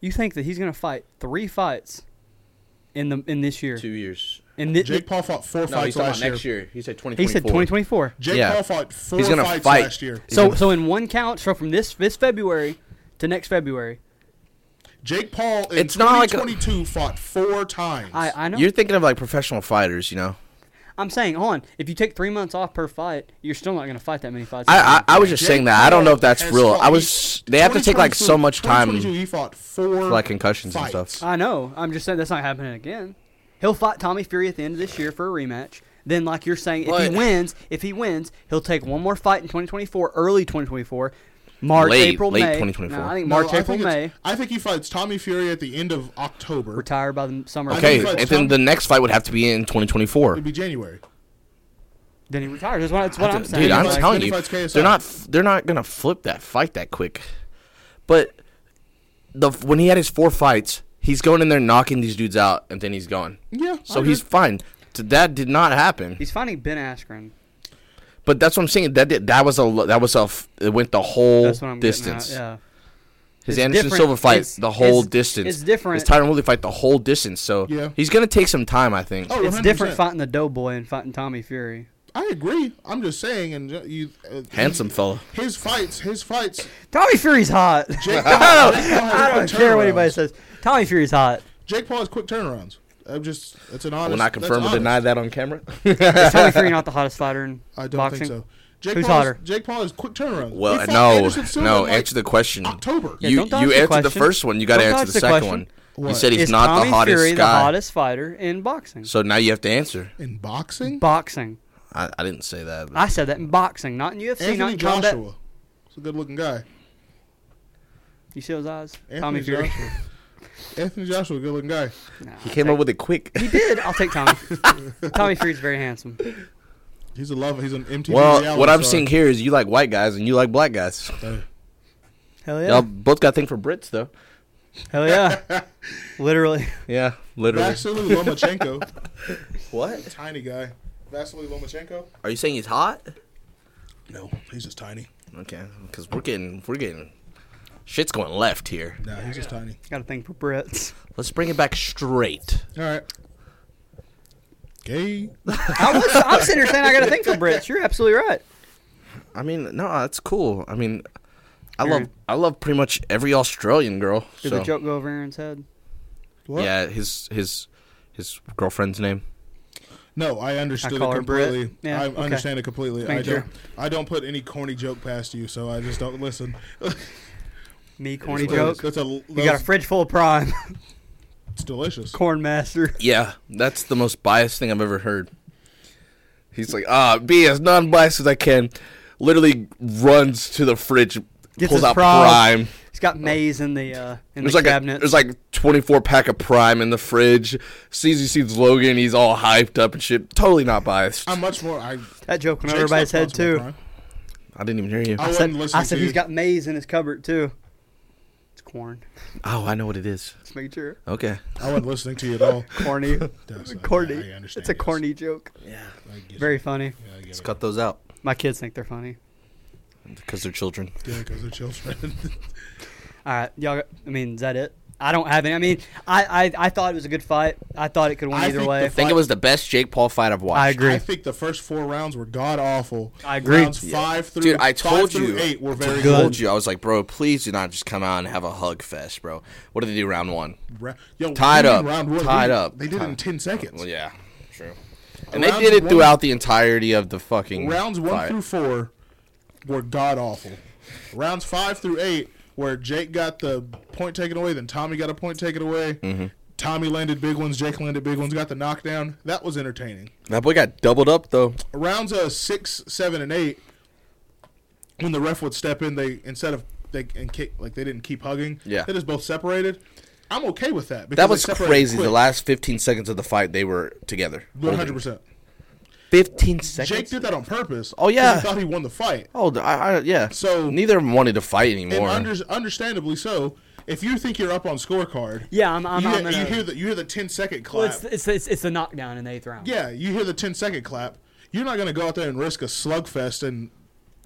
S1: You think that he's gonna fight three fights in the in this year?
S3: Two years.
S1: In thi-
S2: Jake Paul fought four
S3: No, he's
S2: fights
S3: talking
S2: last
S3: about
S2: year.
S3: next year. He said twenty.
S1: he said 2024.
S2: Jake
S3: Yeah.
S2: Paul fought four
S3: He's gonna
S2: fights
S3: fight.
S2: last year.
S1: So so in one count, so from this this February to next February,
S2: Jake Paul in
S3: It's not like a-
S2: 2022 fought four times.
S1: I I know.
S3: You're thinking of like professional fighters, you know.
S1: I'm saying, hold on. If you take three months off per fight, you're still not gonna fight that many fights.
S3: I I, I was just
S2: Jake
S3: saying that. I don't know if that's
S2: has
S3: real.
S2: fought-
S3: I was. They have to take like so
S2: 2022
S3: much time
S2: 2022,
S3: for
S2: He fought four
S3: like concussions and
S2: fights.
S3: stuff.
S1: I know. I'm just saying that's not happening again. He'll fight Tommy Fury at the end of this year for a rematch. Then, like you're saying, if
S3: But-
S1: he wins, if he wins, he'll take one more fight in 2024, early 2024, March,
S3: Late-
S1: April,
S3: late
S1: May.
S3: 2024.
S1: No, I think
S2: No,
S1: March,
S2: I
S1: April,
S2: think it's-
S1: May.
S2: I think he fights Tommy Fury at the end of October.
S1: Retire by the summer.
S2: I
S3: Okay,
S2: think
S3: and
S2: that's
S3: then
S2: some-
S3: the next fight would have to be in 2024.
S2: It'd be January.
S1: Then he retires. That's what, that's what I'm saying.
S3: Dude, I'm
S2: Like,
S3: telling
S2: then he
S3: you,
S2: fights KSI.
S3: they're not they're not gonna flip that fight that quick. But the when he had his four fights, he's going in there knocking these dudes out, and then he's gone.
S2: Yeah.
S3: So
S2: I
S3: he's
S2: agree.
S3: fine. T- That did not happen.
S1: He's fighting Ben Askren.
S3: But that's what I'm saying. That did, that was a lo- that was a f- it went the whole
S1: That's what I'm getting
S3: distance.
S1: At. Yeah.
S3: His
S1: It's
S3: Anderson
S1: different.
S3: Silva fight
S1: It's-
S3: the whole
S1: it's-
S3: distance.
S1: it's different.
S3: His Tyron Woodley fight the whole distance. So
S2: Yeah.
S3: he's gonna take some time, I think.
S2: Oh,
S1: It's
S2: 100%.
S1: different fighting the Doughboy and fighting Tommy Fury.
S2: I agree. I'm just saying, and uh, you. Uh,
S3: Handsome fella.
S2: His fights. His
S3: *laughs*
S2: fights.
S1: Tommy Fury's hot.
S2: Jake Paul, I
S1: *laughs*
S2: don't,
S1: I don't care what anybody says. Tommy Fury's hot.
S2: Jake Paul has quick turnarounds. I'm just. It's an honest.
S3: Will
S2: that's
S3: not confirm or
S2: honest.
S3: deny that on camera.
S1: Is Tommy Fury not the hottest fighter in
S2: I don't
S1: boxing?
S2: think so. Jake
S1: Who's
S2: Paul has-
S1: hotter?
S2: Jake Paul has quick turnarounds. He
S3: well,
S2: fought
S3: no,
S2: Anderson Silva
S3: no.
S2: in, like,
S3: Answer the question.
S2: October.
S1: Yeah,
S3: you
S1: don't dodge
S3: you
S1: the
S3: answered the
S1: question.
S3: first one. You got to
S1: Don't
S3: answer
S1: dodge
S3: the,
S1: the
S3: second
S1: question.
S3: one. You
S2: What?
S3: said he's
S1: is
S3: not
S1: Tommy
S3: the hottest
S1: Fury
S3: guy.
S1: the hottest fighter in boxing?
S3: So now you have to answer.
S2: in boxing.
S1: boxing.
S3: I, I didn't say that. but-
S1: I said that in boxing, not in UFC, not
S2: Anthony
S1: in
S2: Joshua.
S1: combat.
S2: He's a good-looking guy.
S1: You see those eyes?
S2: Anthony
S1: Tommy Fury.
S2: Joshua. Anthony Joshua, good-looking guy.
S1: *laughs* Nah,
S3: he
S1: I'll
S3: came
S1: take-
S3: up with it quick.
S1: He did. I'll take Tommy. *laughs* Tommy Fury's very handsome.
S2: He's a lover. He's an MTV.
S3: *laughs* well,
S2: reality
S3: what I'm
S2: star.
S3: seeing here is you like white guys and you like black guys.
S2: Uh,
S1: Hell yeah.
S3: Y'all both got a thing for Brits though.
S1: Hell *laughs* yeah. Literally.
S3: Yeah, literally.
S2: Vasily Lomachenko, *laughs*
S3: What?
S2: tiny guy. Vasily Lomachenko.
S3: Are you saying he's hot?
S2: No, he's just tiny.
S3: Okay, because we're getting we're getting shit's going left here.
S2: No, he's just tiny.
S1: Got a thing for Brits.
S3: Let's bring it back straight.
S2: All right. Gay.
S1: *laughs* I was, I'm sitting here saying I got a thing for Brits. You're absolutely right.
S3: I mean, no, that's cool. I mean, I
S1: Aaron.
S3: love I love pretty much every Australian girl.
S1: Did
S3: so-
S1: the joke go over Aaron's head?
S2: What?
S3: Yeah, his his his girlfriend's name.
S2: No, I understood
S1: call
S2: it
S1: her Brit.
S2: completely.
S1: Yeah,
S2: I
S1: okay.
S2: understand it completely. I
S1: Making
S2: don't.
S1: sure.
S2: I don't put any corny joke past you, so I just don't listen. *laughs*
S1: Me corny
S2: That's-
S1: joke.
S2: That's a.
S1: You got a fridge full of prime *laughs*
S2: It's delicious.
S1: corn master.
S3: Yeah, that's the most biased thing I've ever heard. He's like, ah, be as non-biased as I can. Literally runs to the fridge,
S1: Gets
S3: pulls
S1: his
S3: out
S1: prime.
S3: prime.
S1: He's got maize in the uh, in the
S3: There's Oh. like a,
S1: cabinet.
S3: there's like 24 pack of prime in the fridge. Sees he sees Logan, he's all hyped up and shit. Totally not biased.
S1: Um,
S2: I'm much more. I.
S1: that joke went
S2: Jake's
S1: over everybody's
S2: not
S1: head
S2: responsible,
S1: too.
S2: Brian.
S3: I didn't even hear you.
S2: I
S1: I
S2: wasn't
S1: said, I
S2: listening
S1: said
S2: to
S1: he's
S2: you.
S1: got maize in his cupboard too. It's corn.
S3: Oh, I know what it is.
S1: Just making sure.
S3: Okay.
S2: I wasn't listening to you
S1: *laughs*
S2: at all. *laughs*
S1: Corny.
S2: That's- I-
S1: corny.
S2: I understand,
S1: it's a
S2: yes.
S1: corny joke.
S3: Yeah.
S2: I get
S1: Very
S2: it.
S1: funny.
S2: Yeah, I get
S3: Let's
S2: it.
S3: cut those out
S1: My kids think they're funny.
S3: because they're children.
S2: Yeah, because they're children. *laughs*
S1: All right, y'all. I mean, is that it? I don't have any. I mean, I I, I thought it was a good fight. I thought it could win
S2: I
S1: either
S2: think
S1: way.
S2: the
S3: I think it was the best Jake Paul fight I've watched.
S1: I agree.
S2: I think the first four rounds were god awful.
S1: I agree.
S2: Rounds five through
S3: Dude, I
S2: five
S3: told
S2: through
S3: you.
S2: eight were
S3: I
S2: very good.
S3: told you. I was like, bro, please do not just come out and have a hug fest, bro. What did they do round one?
S2: Ra- Yo,
S3: Tied
S2: we did
S3: up.
S2: Round one,
S3: Tied
S2: we-
S3: up.
S2: They did it in
S3: Tied-
S2: ten seconds.
S3: Well, yeah, true. And they
S2: Round
S3: did it
S2: one-
S3: throughout the entirety of the fucking
S2: Rounds one
S3: fight.
S2: through four were god awful. Rounds five through eight, where Jake got the point taken away, then Tommy got a point taken away.
S3: Mm-hmm.
S2: Tommy landed big ones. Jake landed big ones. Got the knockdown. That was entertaining.
S3: That boy got doubled up though.
S2: rounds uh, six, seven, and eight, when the ref would step in, they instead of they and kick like they didn't keep hugging.
S3: Yeah.
S2: they just both separated. I'm okay with that. Because
S3: That was
S2: they separated
S3: crazy.
S2: quick.
S3: The last 15 seconds of the fight, they were together.
S2: 100. percent
S3: 15 seconds.
S2: Jake did that on purpose.
S3: Oh, yeah.
S2: 'cause he thought he won the fight,
S3: Oh, I, I, yeah.
S2: So-
S3: neither of them wanted to fight
S2: and
S3: anymore.
S2: under, understandably so. If you think you're up on scorecard,
S1: yeah, I'm. I'm,
S2: you,
S1: I'm
S2: hear-
S1: in
S2: you
S1: a-
S2: hear the you hear the 10 second clap.
S1: well, it's, it's it's it's the knockdown in the eighth round.
S2: yeah, you hear the 10 second clap. You're not going to go out there and risk a slugfest and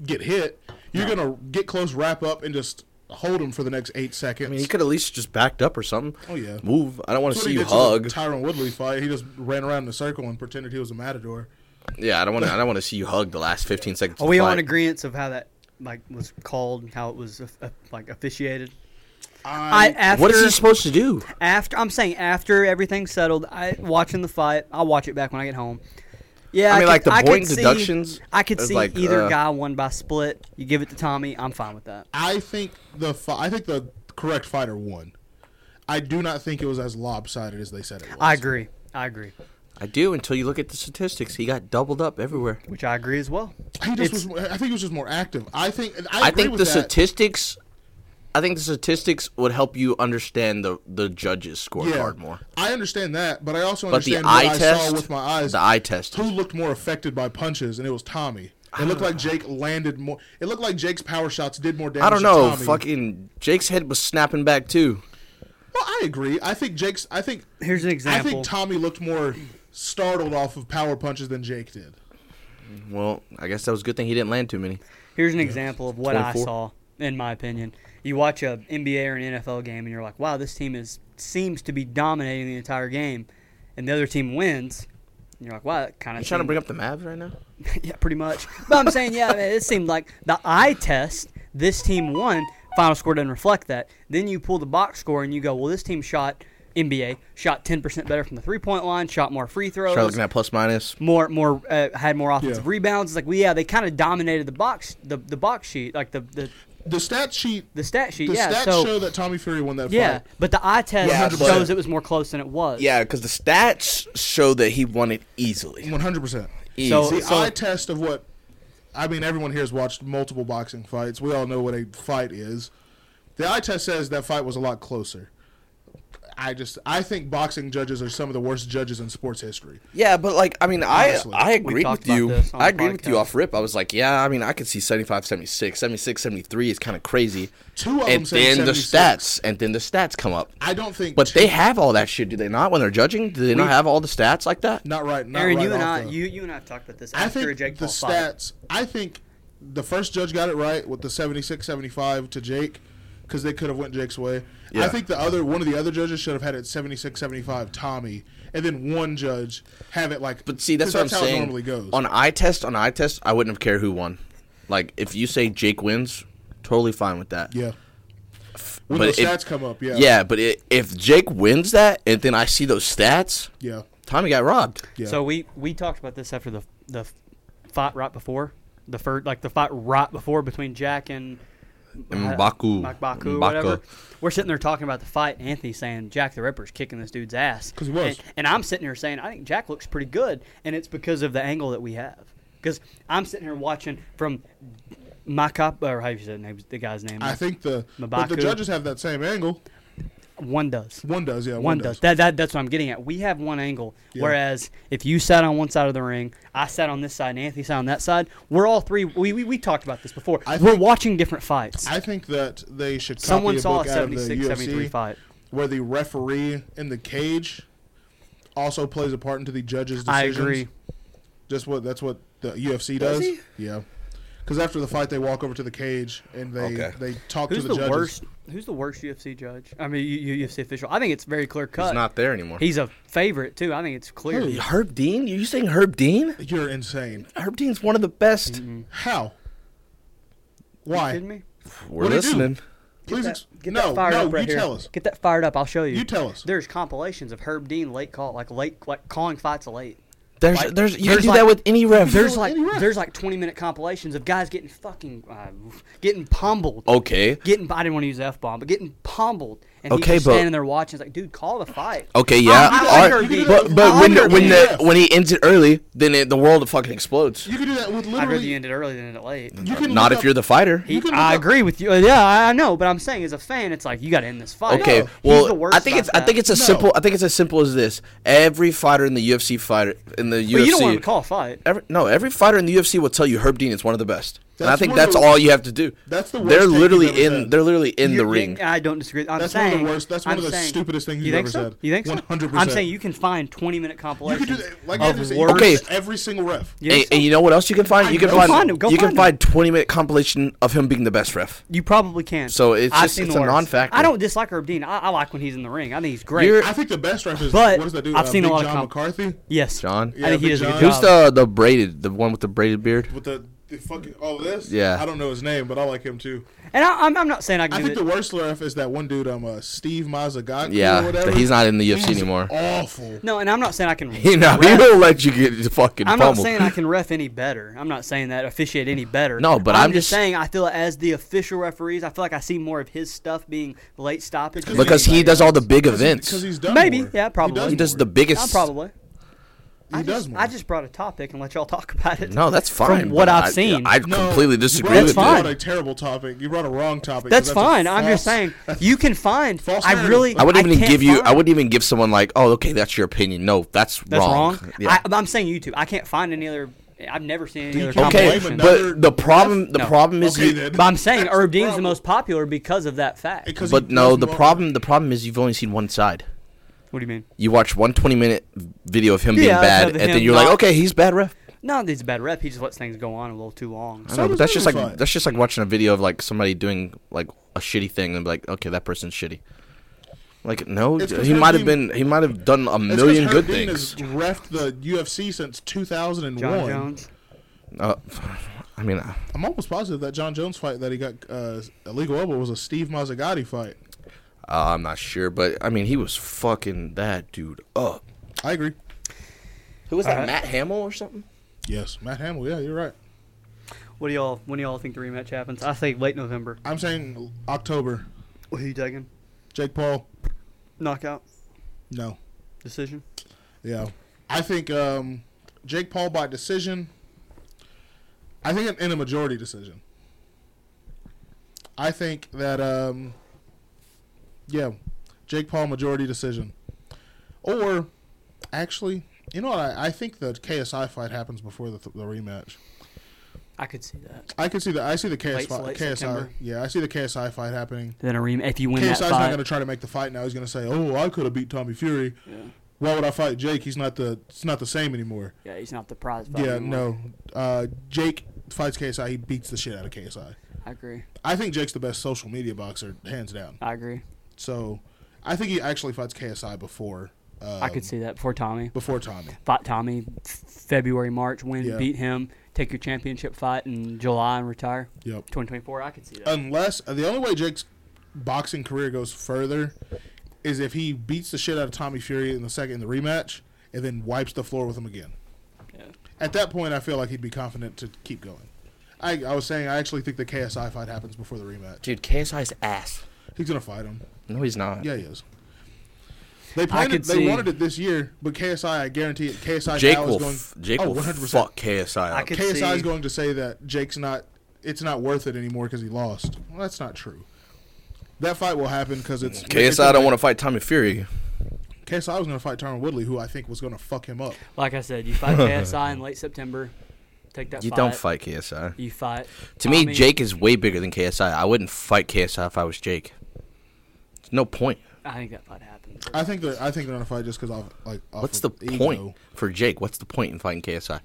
S2: get hit. You're going to get close, wrap up, and just hold him for the next eight seconds.
S3: I mean, he could at least just backed up or something.
S2: Oh, yeah.
S3: Move. I don't want to
S2: That's what
S3: see
S2: he
S3: you
S2: did to the
S3: hug.
S2: Tyron Woodley fight. He just ran around in a circle and pretended he was a matador.
S3: yeah, I don't want to. I don't want to see you hug the last 15 seconds.
S1: Are
S3: of
S1: we
S3: the
S1: all in
S3: fight.
S1: agreement of how that like was called, and how it was uh, like officiated? I
S2: I,
S1: after
S3: What is he supposed to do?
S1: after I'm saying after everything's settled, I watching the fight. I'll watch it back when I get home. Yeah,
S3: I mean,
S1: could-
S3: like, the
S1: could
S3: point
S1: see-
S3: deductions
S1: I could
S3: is
S1: see
S3: like,
S1: either
S3: uh,
S1: guy won by split. You give it to Tommy. I'm fine with that.
S2: I think the fi- I think the correct fighter won. I do not think it was as lopsided as they said it was.
S1: I agree. I agree.
S3: I do until you look at the statistics. He got doubled up everywhere.
S1: Which I agree as well.
S2: He just
S1: It's-
S2: was, I think he was just more active. I think. and I,
S3: I
S2: agree
S3: think the
S2: with that.
S3: statistics. I think the statistics would help you understand the the judges'
S2: Yeah,
S3: scorecard more.
S2: I understand that, but I also
S3: But the
S2: understand
S3: eye
S2: what I
S3: test,
S2: saw with my eyes.
S3: the eye test.
S2: who looked more affected by punches, and it was Tommy. It looked like Jake landed more. It looked like Jake's power shots did more damage.
S3: Ah. I don't
S2: to
S3: know.
S2: Tommy.
S3: Fucking Jake's head was snapping back too.
S2: Well, I agree. I think Jake's. I think
S1: Here's an
S2: I
S1: example.
S2: think Tommy looked more startled off of power punches than Jake did.
S3: Well, I guess that was a good thing he didn't land too many.
S1: Here's an example of what I
S3: 24.
S1: saw, in my opinion. You watch a NBA or an NFL game, and you're like, "Wow, this team is seems to be dominating the entire game," and the other team wins. And you're like, "Wow, that kind of."
S3: You trying to bring up the Mavs right now?
S1: *laughs* yeah, pretty much. But I'm saying, yeah, man, it seemed like the eye test. This team won. Final score doesn't reflect that. Then you pull the box score and you go, well, this team shot NBA shot 10% better from the three point line, shot more free throws,
S3: Try looking at plus minus.
S1: more more uh, had more offensive
S2: Yeah.
S1: rebounds. It's like, well, yeah, they kind of dominated the box the the box sheet, like the the,
S2: The stat sheet.
S1: the stat sheet.
S2: The
S1: yeah,
S2: stats
S1: so
S2: show that Tommy Fury won that
S1: yeah,
S2: fight.
S1: but the eye test
S3: Yeah, but-
S1: shows it was more close than it was.
S3: Yeah, because the stats show that he won it easily.
S2: One hundred percent.
S1: So-
S3: Easy.
S2: The eye test of what I mean, everyone here has watched multiple boxing fights. We all know what a fight is. The eye test says that fight was a lot closer. I just I think boxing judges are some of the worst judges in sports history.
S3: Yeah, but like I mean,
S2: Honestly.
S3: I I agreed
S1: talked
S3: with
S1: about
S3: you.
S1: this on
S3: I
S1: the
S3: agreed with you
S1: podcast.
S3: off rip. I was like, yeah, I mean, I could see 75, 76, 76, 73 is kind of crazy.
S2: Two of
S3: and
S2: them said
S3: then the
S2: 76.
S3: stats, and then the stats come up.
S2: I don't think
S3: But
S2: two-
S3: they have all that shit, do they not? When they're judging, do they not have all the stats like that?
S2: not right. Not
S1: Aaron,
S2: right
S1: you and
S2: off
S1: I,
S2: the-
S1: you you and I have talked about this
S2: I
S1: after
S2: think
S1: a Jake
S2: the
S1: Paul fight.
S2: stats. I think the first judge got it right with the 76-75 to Jake because they could have went Jake's way.
S3: Yeah.
S2: I think the other one of the other judges should have had it 76, 75 Tommy, and then one judge have it like.
S3: But see, that's
S2: 'cause
S3: what I'm
S2: how
S3: saying.
S2: It normally goes.
S3: On eye test, on eye test, I wouldn't have cared who won. Like if you say Jake wins, totally fine with that.
S2: yeah. When
S3: But
S2: those
S3: if-
S2: stats come up, yeah,
S3: Yeah, but i if Jake wins that, and then I see those stats,
S2: yeah,
S3: Tommy got robbed.
S2: yeah.
S1: So we we talked about this after the the fight right before the first like the fight right before between Jack and
S3: M'Baku.
S1: Mike Baku,
S3: M'Baku.
S1: whatever. We're sitting there talking about the fight. and Anthony saying Jack the Ripper's kicking this dude's ass
S2: 'Cause he was.
S1: and, and I'm sitting here saying I think Jack looks pretty good, and it's because of the angle that we have. Because I'm sitting here watching from my cop or how you say the name, the guy's name.
S2: I think the but the
S1: M'Baku.
S2: judges have that same angle.
S1: one does.
S2: One does, yeah.
S1: One does. That, that that's what I'm getting at. We have one angle.
S2: Yeah.
S1: Whereas if you sat on one side of the ring, I sat on this side, and Anthony sat on that side. We're all three. We we, we talked about this before.
S2: I
S1: We're
S2: think-
S1: watching different fights.
S2: I think that they should copy
S1: Someone
S2: a
S1: saw
S2: book
S1: a
S2: out of the
S1: 76, 73
S2: UFC
S1: fight.
S2: where the referee in the cage also plays a part into the judges'
S1: I
S2: decisions.
S1: agree.
S2: Just what that's what the UFC
S3: Does
S2: does.
S3: he?
S2: Yeah, because after the fight, they walk over to the cage and they
S3: Okay.
S2: they talk
S1: Who's
S2: to
S1: the,
S2: the, judges.
S1: worst? Who's the worst UFC judge? I mean, U- U- UFC official. I think it's very clear cut.
S3: He's not there anymore.
S1: He's a favorite too. I think it's clear.
S2: Who?
S3: Herb Dean? Are you saying Herb Dean?
S2: You're insane.
S3: Herb Dean's one of the best.
S2: How?
S1: You
S2: Why?
S1: kidding me?
S3: We're
S2: What'd he do?
S3: listening.
S2: Please,
S1: That-
S2: ex- no,
S1: fired
S2: no.
S1: up right
S2: you
S1: here.
S2: tell us.
S1: Get that fired up. I'll show you.
S2: You tell us.
S1: There's compilations of Herb Dean late call, like late, like calling fights late.
S3: There's,
S1: Like,
S3: there's, you
S1: there's
S3: can do
S1: like-
S3: that with any ref.
S1: There's
S2: Well,
S1: like
S2: any ref.
S1: there's like 20 minute compilations of guys getting fucking uh, getting pummeled.
S3: okay,
S1: Getting I didn't want to use the f bomb, but getting pummeled. And
S3: Okay,
S1: he's just
S3: but-
S1: standing there watching. It's like, dude, call the fight.
S3: okay, yeah.
S1: I like
S3: all right,
S1: Herb Dean.
S3: But,
S2: I
S3: but
S2: like
S3: when
S2: Herb
S3: when
S2: Dean.
S3: the when he ends it early, then it, the world fucking explodes.
S2: You can do that with
S1: I'd rather you
S2: literally.
S1: end it early than end it late.
S2: You can
S3: Not
S2: look
S3: if
S2: up-
S3: you're the fighter.
S1: He,
S2: can look
S1: I
S2: up-
S1: agree with you. uh, Yeah, I I know, but I'm saying as a fan, it's like you got to end this fight.
S3: Okay,
S1: No, he's the
S3: well,
S1: worst
S3: I think
S1: about
S3: it's I
S1: that.
S3: think it's as
S2: No.
S3: simple I think it's as simple as this. Every fighter in the UFC fighter in the UFC
S1: But you don't want him to call a fight.
S3: Every, no, every fighter in the UFC will tell you Herb Dean is one of the best, and I
S2: That's
S3: think
S2: one of
S3: that's
S2: the-
S3: all you have to do.
S2: that's the worst
S3: they're
S2: take you've
S3: literally
S2: ever
S3: in.
S2: said.
S3: They're literally in the
S1: You're-
S3: ring.
S1: I don't disagree. I'm
S2: That's one of
S1: saying
S2: the worst- that's one
S1: I'm
S2: of the
S1: saying-
S2: stupidest things
S1: you
S2: you've
S1: think
S2: ever
S1: so?
S2: said.
S1: You think so?
S2: 100%.
S1: I'm saying you can find 20 minute
S2: You
S1: compilations
S2: can do that. Like
S1: of
S2: Andrew said, you
S1: worst.
S2: can
S3: Okay.
S2: Every single ref.
S1: You,
S3: and,
S1: think so?
S3: and you know what else you can find? You can
S2: Go
S3: find,
S1: find him, go
S3: you can
S1: find him.
S3: find twenty minute compilation of him being the best ref.
S1: You probably can.
S3: So it's
S1: I've
S3: just-
S1: seen
S3: it's
S1: the
S3: a
S1: worst.
S3: non-factor.
S1: I don't dislike Herb Dean. I, I like when he's in the ring. I think he's great.
S3: You're-
S2: I think the best ref is
S1: But
S2: what does that do? Uh,
S1: I've seen a
S2: Big
S1: lot of
S2: John
S1: com-
S2: McCarthy
S1: yes,
S3: John?
S1: I think he
S2: Yeah,
S1: does a
S2: but
S1: good
S2: John-
S1: job.
S3: Who's the the braided, the one with the braided beard?
S2: with the, the fucking all this.
S3: Yeah.
S2: I don't know his name, but I like him too.
S1: and I, I'm, I'm not saying I
S2: I
S1: can.
S2: think
S1: do
S2: the
S1: that.
S2: worst ref is that one dude, um, uh, Steve Mazagaki. or
S3: Yeah,
S2: whatever.
S3: but he's not in the UFC
S2: He's
S3: anymore.
S2: Awful.
S1: no, and I'm not saying I can.
S3: You know, *laughs* *laughs* he
S1: ref-
S3: will let you get fucking
S1: I'm not
S3: pummeled.
S1: saying I can ref any better. I'm not saying that officiate any better.
S3: No, but
S1: I'm,
S3: I'm
S1: just
S3: just-
S1: saying I feel as the official referees, I feel like I see more of his stuff being late stoppage. than
S3: because he
S1: anybody
S3: does
S1: else.
S3: all the big events.
S2: Because he's done
S1: Maybe,
S2: more.
S1: yeah, probably.
S3: *laughs* he does
S2: more.
S3: the biggest.
S1: I'll probably.
S2: He
S1: I
S2: does
S1: just,
S2: more.
S1: I just brought a topic and let y'all talk about it.
S3: No, that's fine.
S1: From what
S3: but
S1: I've
S3: I-
S1: seen.
S3: I
S2: No,
S3: completely
S2: you
S3: disagree
S2: brought-
S1: That's
S3: with you.
S2: You
S1: fine.
S2: brought a terrible topic. You brought a wrong topic. 'cause
S1: That's
S2: a
S1: fine. I'm just
S2: false- *laughs*
S1: saying you can find.
S2: false
S1: I
S2: narrative.
S1: really.
S3: I wouldn't even
S1: can't
S3: give you. I
S1: find-
S3: wouldn't even give someone like, oh, okay, that's your opinion. No, that's,
S1: That's wrong.
S3: Yeah.
S1: I, I'm saying YouTube. I can't find any other. I've never seen any
S2: You
S1: other
S2: can't
S3: okay,
S2: blame
S1: compilation.
S2: another-
S3: but the problem. The
S1: No.
S3: problem is
S2: Okay,
S3: you.
S2: then.
S1: But I'm saying
S2: That's the
S1: Herb Dean's the
S2: problem.
S1: most popular because of that fact.
S2: Because
S3: But
S2: he
S3: no,
S2: does
S3: the
S2: more.
S3: problem. The problem is you've only seen one side.
S1: What do you mean?
S3: You watch one 20 minute video of him being
S1: Yeah,
S3: bad,
S1: of
S3: and
S1: him
S3: then you're
S1: not-
S3: like, okay, he's bad ref.
S1: No, he's a bad rep. He just lets things go on a little too long.
S3: I
S2: So
S3: know, but
S2: does
S3: that's just like
S2: every fight.
S3: that's just like watching a video of like somebody doing like a shitty thing and be like, okay, that person's shitty. Like no,
S2: It's 'cause
S3: he
S2: Herb
S3: might have
S2: Dean-
S3: been. He might have done a
S2: It's 'cause
S3: million
S2: Herb
S3: good
S2: Dean
S3: things.
S2: Has refed the UFC since 2001.
S1: John Jones.
S3: Uh, I mean, uh, I-
S2: I'm almost positive that John Jones fight that he got uh, illegal elbow was a Steve Mazzagatti fight.
S3: Uh, I'm not sure, but I mean, he was fucking that dude up.
S2: I agree.
S3: Who was
S1: that,
S2: Uh-huh.
S1: Alright.
S3: Matt Hamill or something?
S2: Yes, Matt Hamill. Yeah, you're right.
S1: What do y'all? When do y'all think the rematch happens? I say late November.
S2: I'm saying October.
S1: Who you taking?
S2: Jake Paul.
S1: Knockout
S2: No.
S1: decision.
S2: Yeah. I think um, Jake Paul by decision. I think in a majority decision. I think that um, yeah, Jake Paul majority decision, or actually, you know what? I, I think the KSI fight happens before the, the rematch.
S1: I could see that.
S2: I can see the I see the KSI,
S1: Late- late
S2: KSI
S1: September.
S2: yeah I see the KSI fight happening.
S1: Then a rematch. If you win
S2: KSI's
S1: that
S2: not
S1: fight,
S2: going to try to make the fight now. He's going to say, "Oh, I could have beat Tommy Fury. Why would I fight Jake? He's not the it's not the same anymore."
S1: yeah, he's not the prize.
S2: yeah, no. Uh, Jake fights KSI. He beats the shit out of KSI.
S1: I I agree.
S2: I think Jake's the best social media boxer, hands down.
S1: I agree.
S2: So, I think he actually fights KSI before. Um,
S1: I could see that before Tommy
S2: before Tommy.
S1: fought Tommy f- February March, win,
S2: Yeah.
S1: beat him, take your championship fight in July and retire.
S2: Yep.
S1: 2024. I could see that.
S2: Unless uh, the only way Jake's boxing career goes further is if he beats the shit out of Tommy Fury in the second in the rematch, and then wipes the floor with him again.
S1: Yeah.
S2: At that point, I feel like he'd be confident to keep going. I, I was saying I actually think the KSI fight happens before the rematch.
S3: Dude, KSI's ass.
S2: He's gonna fight him.
S3: No, he's not.
S2: Yeah, he is. They planned
S1: could
S2: it, they
S1: see-
S2: wanted it this year, but KSI, I guarantee it. KSI
S3: Jake
S2: now
S3: will,
S2: is going.
S3: f- Jake
S2: oh,
S3: will
S2: 100%.
S3: fuck KSI
S1: I
S3: up.
S1: could
S2: KSI
S1: see-
S2: is going to say that Jake's not. It's not worth it anymore because he lost. Well, that's not true. That fight will happen because it's
S3: KSI don't want to fight Tommy Fury.
S2: to. KSI was going to fight Tyron Woodley, who I think was going to fuck him up.
S1: Like I said, you
S3: *laughs*
S1: fight KSI in late September. Take that.
S3: You
S1: fight.
S3: don't fight KSI.
S1: You fight.
S3: To me,
S1: Tommy.
S3: Jake is way bigger than KSI. I wouldn't fight KSI if I was Jake. There's no point.
S1: I think that fight happens.
S2: I think they're. I think they're going to fight just because off like. Off
S3: What's the
S2: of ego.
S3: point for Jake? What's the point in fighting KSI?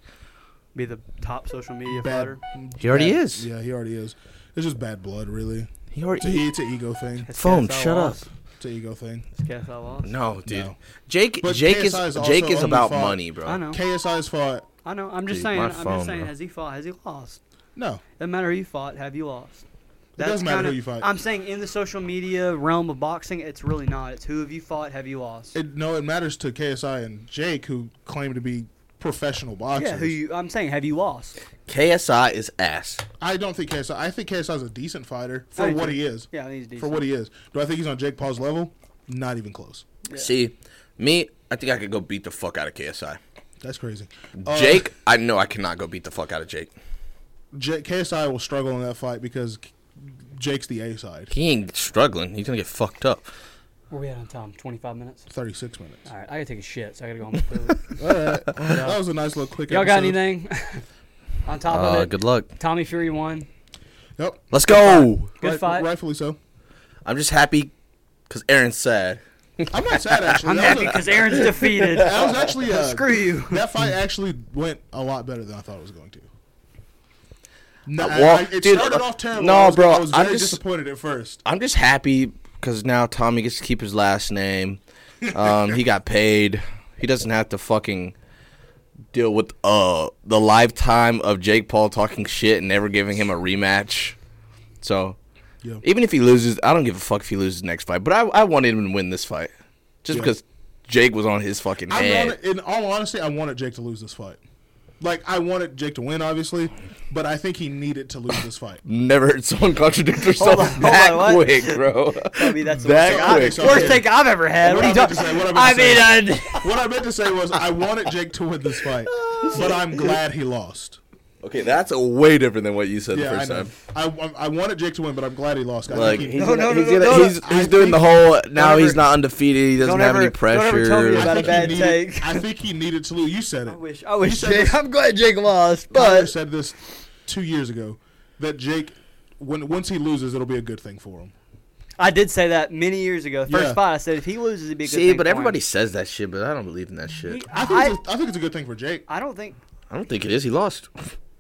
S1: Be the top social media
S2: Bad.
S1: fighter.
S3: He already
S2: bad-
S3: is.
S2: Yeah, he already is. It's just bad blood, really.
S3: He
S2: It's,
S3: already.
S2: a, it's an ego thing.
S1: That's
S3: Phone,
S1: KSI
S3: shut
S1: lost.
S3: up.
S2: It's an ego thing.
S1: KSI lost.
S3: No, dude.
S2: No.
S3: Jake.
S2: But
S3: Jake is,
S2: KSI is also
S3: Jake is
S2: only
S3: about
S2: fought-
S3: money, bro.
S1: I know.
S2: KSI's fought.
S1: I know. I'm just
S3: Dude,
S1: saying.
S3: my
S1: I'm
S3: phone,
S1: just saying.
S3: bro.
S1: Has he fought? Has he lost?
S2: No,
S1: Doesn't matter who you fought. Have you lost?
S2: doesn't matter who
S1: kinda-
S2: you fight.
S1: I'm saying in the social media realm of boxing, it's really not. It's who have you fought? Have you lost?
S2: it, no, it matters to KSI and Jake, who claim to be professional boxers.
S1: yeah. Who you? I'm saying. Have you lost?
S3: KSI is ass.
S2: I don't think KSI. I think KSI is a decent fighter for
S1: I
S2: what
S1: agree.
S2: he is.
S1: Yeah. He's decent.
S2: For what he is. Do I think he's on Jake Paul's level? Not even close.
S1: Yeah.
S3: See, me, I think I could go beat the fuck out of KSI.
S2: That's crazy. Uh,
S3: Jake, I know I cannot go beat the fuck out of Jake.
S2: J- KSI will struggle in that fight because K- Jake's the A side.
S3: He ain't struggling. He's gonna get fucked up.
S1: Where we at on time? 25 minutes.
S2: Thirty six minutes.
S1: All right. I gotta take a shit, so I gotta go on my
S3: *laughs*
S1: food.
S2: All right. *laughs* That was a nice little quick.
S1: Y'all got
S2: episode.
S1: anything? *laughs* on top of
S3: Uh,
S1: it,
S3: good luck.
S1: Tommy Fury won.
S2: Yep.
S3: Let's go.
S1: Good
S2: Right-
S1: fight. *laughs*
S2: Rightfully so.
S3: I'm just happy because Aaron's sad.
S2: I'm not sad actually.
S1: I'm
S2: that,
S1: happy
S2: was a,
S1: because
S2: *laughs*
S1: Aaron's defeated.
S2: that was actually a,
S1: *laughs* Screw you.
S2: That fight actually went a lot better than I thought it was going to. No, I-
S3: Well,
S2: I- it
S3: dude,
S2: started
S3: uh,
S2: off terrible.
S3: no,
S2: I was,
S3: bro,
S2: I was
S3: I'm
S2: very
S3: just-
S2: disappointed at first.
S3: I'm just happy because now Tommy gets to keep his last name. Um, he got paid. He doesn't have to fucking deal with uh the lifetime of Jake Paul talking shit and never giving him a rematch. So
S2: Yeah.
S3: even if he loses, I don't give a fuck if he loses the next fight. But I, I wanted him to win this fight just
S2: Yeah.
S3: because Jake was on his fucking
S2: I
S3: head.
S2: wanted, in all honesty, I wanted Jake to lose this fight. Like I wanted Jake to win, obviously, but I think he needed to lose this fight.
S3: Never heard someone contradict herself
S1: on, *laughs* hold
S3: that
S1: on, what?
S3: quick, bro.
S1: I mean, that's the
S3: that
S1: worst-
S2: okay,
S3: quick.
S2: so-
S1: Worst take I've ever had. What are you
S2: What I meant
S1: talking?
S2: to say, what I meant
S1: I
S2: to
S1: mean,
S2: say.
S1: I'd-
S2: what I meant to say was I wanted Jake to win this fight, but I'm glad he
S3: *laughs*
S2: lost.
S3: Okay, that's a way different than what you said
S2: Yeah,
S3: the
S2: I
S3: first
S2: know.
S3: time.
S2: I, I, I wanted Jake to win, but I'm glad he lost. I
S3: Like
S2: think
S3: he's
S2: he,
S1: No, no,
S3: gonna- he's
S1: no,
S3: gonna-
S1: no, no.
S3: he's- he's
S2: I
S3: doing the
S2: think-
S3: whole now
S1: don't
S3: he's
S1: ever-
S3: not undefeated. He doesn't
S1: don't
S3: have any
S1: ever- don't ever
S3: pressure.
S1: tell me
S2: I
S1: about a
S2: think he
S1: bad
S2: needed-
S1: take.
S2: I think he needed to lose. You said it.
S1: I wish. I wish.
S2: said this-
S1: Jake, I'm glad Jake lost,
S2: Tyler
S1: but
S2: said this two years ago that Jake, when once he loses, it'll be a good thing for him.
S1: I did say that many years ago. First
S2: Yeah.
S1: fight, I said if he loses, it'd be a good
S3: See,
S1: thing for
S3: but
S1: him.
S3: everybody says that shit, but I don't believe in that
S1: He-
S3: shit.
S2: I think,
S1: I,
S2: it's a, I think it's a good thing for Jake.
S1: I don't think.
S3: I don't think it is. He lost.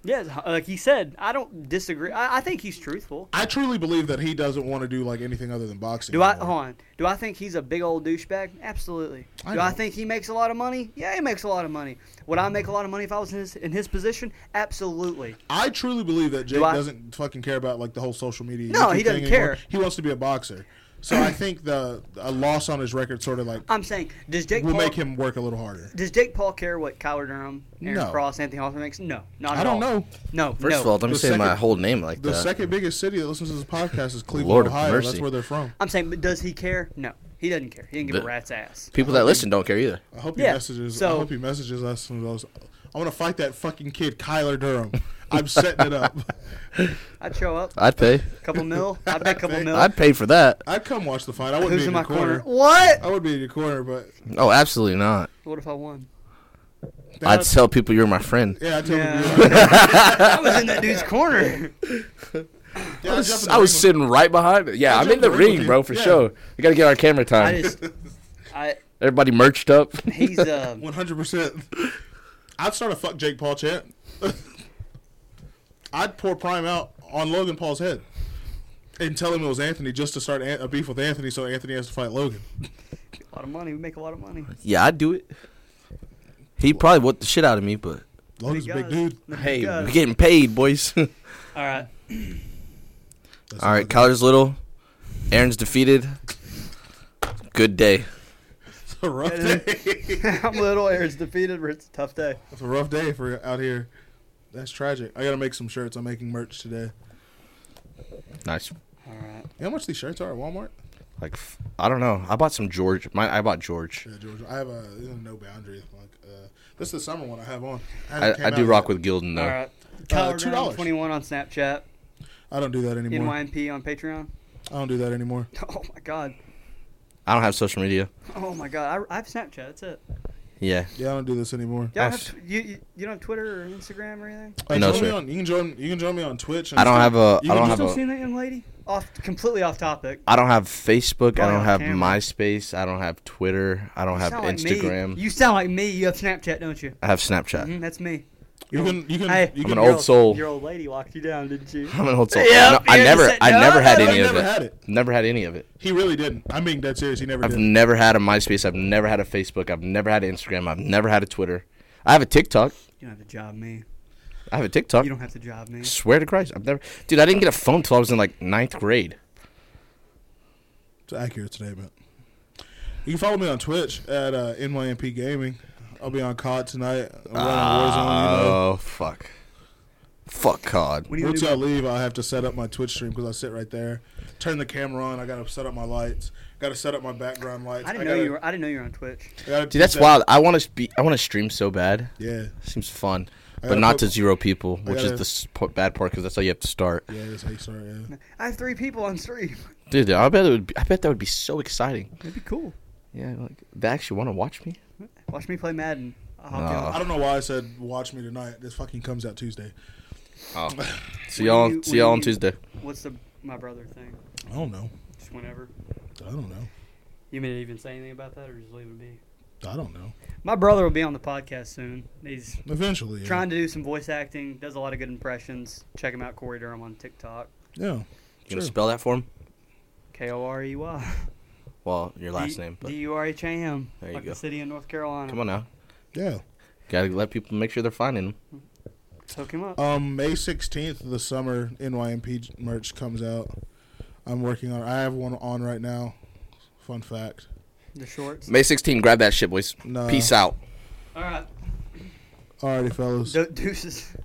S1: Yeah, uh, like he said, I don't disagree. I, I think he's truthful.
S2: I truly believe that he doesn't want to do like anything other than boxing.
S1: Do I hold
S2: anymore.
S1: on? Do I think he's a big old douchebag? Absolutely.
S2: I
S1: do I
S2: know.
S1: think he makes a lot of money? Yeah, he makes a lot of money. Would I make a lot of money if I was in his in his position? Absolutely.
S2: I truly believe that Jake
S1: I-
S2: doesn't fucking care about like the whole social media.
S1: No,
S2: YouTube
S1: he doesn't
S2: thing anymore.
S1: care.
S2: He wants to be a boxer. So I think the a loss on his record sort of like
S1: I'm saying, does Jake
S2: will
S1: Paul,
S2: make him work a little harder.
S1: does Jake Paul care what Kyler Durham, Aaron
S2: No.
S1: Cross, Anthony Hoffman makes? No, not at
S2: I don't
S1: all.
S2: know.
S1: No,
S3: First
S1: no.
S3: of all, don't be
S2: The
S3: saying my
S2: second-
S3: whole name like
S2: The
S3: that.
S2: second biggest city that listens to this podcast is Cleveland,
S3: Lord of
S2: Ohio. That's
S3: mercy.
S2: where they're from.
S1: I'm saying, but does he care? No, he doesn't care. He didn't give a
S3: The-
S1: rat's ass.
S3: People that listen don't care either.
S2: I hope he
S1: Yeah,
S2: messages. I
S1: so-
S2: hope he messages us and goes, "I want to fight that fucking kid, Kyler Durham. I'm setting it up. *laughs*
S1: I'd show up,
S3: I'd pay. *laughs*
S1: couple mil. I'd bet couple mil.
S3: I'd pay for that.
S2: I'd come watch the fight. I wouldn't
S1: Who's
S2: be
S1: in
S2: in
S1: my
S2: your corner.
S1: corner? What?
S2: I would be in your corner, but
S3: Oh, absolutely not.
S1: What if I
S3: *laughs*
S1: won?
S2: that-
S3: I'd tell people you're my friend. *laughs*
S2: yeah, I tell
S1: Yeah.
S2: him. to be like-
S1: I was in that dude's corner.
S2: Yeah,
S3: I
S2: I'd jump in
S3: was,
S2: the
S3: I was
S2: ring with-
S3: sitting right behind. it. Yeah,
S2: I
S3: I'm in
S2: jumped
S3: the
S2: in the ring
S3: ring,
S2: with
S3: bro,
S2: you.
S3: for
S2: Yeah.
S3: sure. We gotta get our camera time.
S1: I just, I
S3: Everybody merched up.
S1: *laughs* he's
S3: *laughs*
S1: uh,
S2: One hundred percent. I'd start a *laughs* fuck Jake Paul chant. I'd pour prime out on Logan Paul's head. and tell him it was Anthony just to start an- a beef with Anthony, so Anthony has to fight Logan.
S1: A lot of money. We make a lot of money.
S3: Yeah, I'd do it. He probably whooped the shit out of me, but
S2: Logan's Oh, a big dude.
S3: hey,
S1: all
S3: we're getting paid, boys. *laughs*
S1: right. *laughs*
S2: That's
S3: All right,
S2: another-
S3: Kyler's little. Aaron's defeated. Good day.
S2: It's a rough *laughs* day.
S1: I'm little. Aaron's defeated. but It's a tough day.
S2: it's a rough day for out here. That's tragic. I gotta make some shirts. I'm making merch today.
S3: Nice.
S1: All right.
S2: You know how much these shirts are at Walmart?
S3: Like f- I don't know. I bought some George. My I bought George.
S2: Yeah, George. I have a you know, no boundary. Like uh, this is the summer one I have on.
S3: I,
S2: haven't
S3: I
S2: came
S3: do
S2: out
S3: rock
S2: yet.
S3: with Gildan though.
S1: All right. Kyler
S2: $2.
S1: Durham, 21 on Snapchat.
S2: I don't do that anymore.
S1: NYMP on Patreon. *laughs*
S2: I don't do that anymore.
S1: Oh my god.
S3: I don't have social media.
S1: Oh my god. I, I have Snapchat. That's it.
S3: Yeah.
S2: Yeah, I don't do this anymore.
S1: Y'all
S3: That's-
S1: have, you, you you don't have Twitter or Instagram or anything?
S2: Hey,
S3: No,
S2: join me
S3: sir.
S2: on, you can join. You can join me on Twitch. And
S3: I don't
S2: stuff.
S3: have a.
S2: You can
S3: I don't
S2: just
S3: have
S1: Still
S3: a.
S1: seen that young lady? Off completely off topic.
S3: I don't have Facebook. I
S1: Probably
S3: don't
S1: on
S3: have
S1: camera.
S3: MySpace. I don't have Twitter. I don't have
S1: Sound like me.
S3: Instagram.
S1: You sound like me. You have Snapchat, don't you?
S3: I have Snapchat.
S1: Mhm, that's me.
S2: You can. You can.
S1: Hey.
S2: you
S3: I'm
S2: can
S3: an old
S1: Your-
S3: soul.
S1: Your old lady walked you down, didn't she?
S3: *laughs* I'm an old soul.
S1: Yep,
S3: No, I
S1: you
S3: never.
S1: said-
S3: I
S1: no,
S3: never
S1: no,
S3: had
S1: no,
S3: any
S2: I
S3: of
S2: never
S3: it.
S2: had it.
S3: Never had any of it.
S2: He really didn't. I'm being dead serious. He never
S3: I've
S2: did.
S3: never had a MySpace. I've never had a Facebook. I've never had an Instagram. I've never had a Twitter. I have a TikTok.
S1: You don't have to job me.
S3: I have a TikTok.
S1: You don't have to job me.
S3: Swear to Christ, I've never. Dude, I didn't get a phone till I was in like ninth grade.
S2: it's accurate today, but you can follow me on Twitch at uh, NYMP Gaming. I'll be on COD tonight. I'm running Warzone, you know.
S3: Oh fuck, fuck COD.
S1: We need a
S2: Once
S1: new-
S2: y'all leave, I'll have to set up my Twitch stream because I sit right there. Turn the camera on. I gotta set up my lights. Gotta set up my background lights.
S1: I didn't
S2: gotta,
S1: know you were. I didn't know you were on Twitch.
S2: I gotta do
S3: Dude, that's
S2: that.
S3: wild. I want to be. I want to stream so bad.
S2: Yeah,
S3: Seems fun,
S2: I
S3: but
S2: gotta
S3: not
S2: put-
S3: to zero people, which is
S2: gotta-
S3: the s- p- bad part because that's how you have to start.
S2: yeah, that's hey, sorry, yeah.
S1: I have three people on stream. *laughs*
S3: Dude, I bet it would. Be, I bet that would be so exciting.
S1: That'd be cool.
S3: Yeah, like they actually want to watch me.
S1: Watch me play Madden. I'll hop
S3: Nah.
S1: you on.
S2: I don't know why I said watch me tonight. This fucking comes out Tuesday.
S3: Oh, see
S1: When
S3: y'all.
S1: you-
S3: see
S1: when
S3: y'all on
S1: you-
S3: Tuesday.
S1: What's the my brother thing?
S2: I don't know.
S1: Just whenever.
S2: I don't know.
S1: You mean to even say anything about that, or just leave it be?
S2: I don't know.
S1: My brother will be on the podcast soon. He's
S2: Eventually, yeah.
S1: trying to do some voice acting. Does a lot of good impressions. Check him out, Corey Durham on TikTok.
S2: yeah.
S3: You gonna
S2: Sure.
S3: spell that for him?
S1: K O R E Y.
S3: Well, your *laughs* last name. But
S1: D U R H A M.
S3: There you
S1: like
S3: go.
S1: the city in North Carolina.
S3: come on now,
S2: Yeah.
S3: gotta let people make sure they're finding him.
S1: Hook him up.
S2: Um, May sixteenth, the summer NYMP merch comes out. I'm working on. I have one on right now. Fun fact.
S1: the shorts.
S3: May 16, grab that shit, boys.
S2: No.
S3: Peace out.
S1: All right.
S2: Alrighty, fellas.
S1: Do- deuces.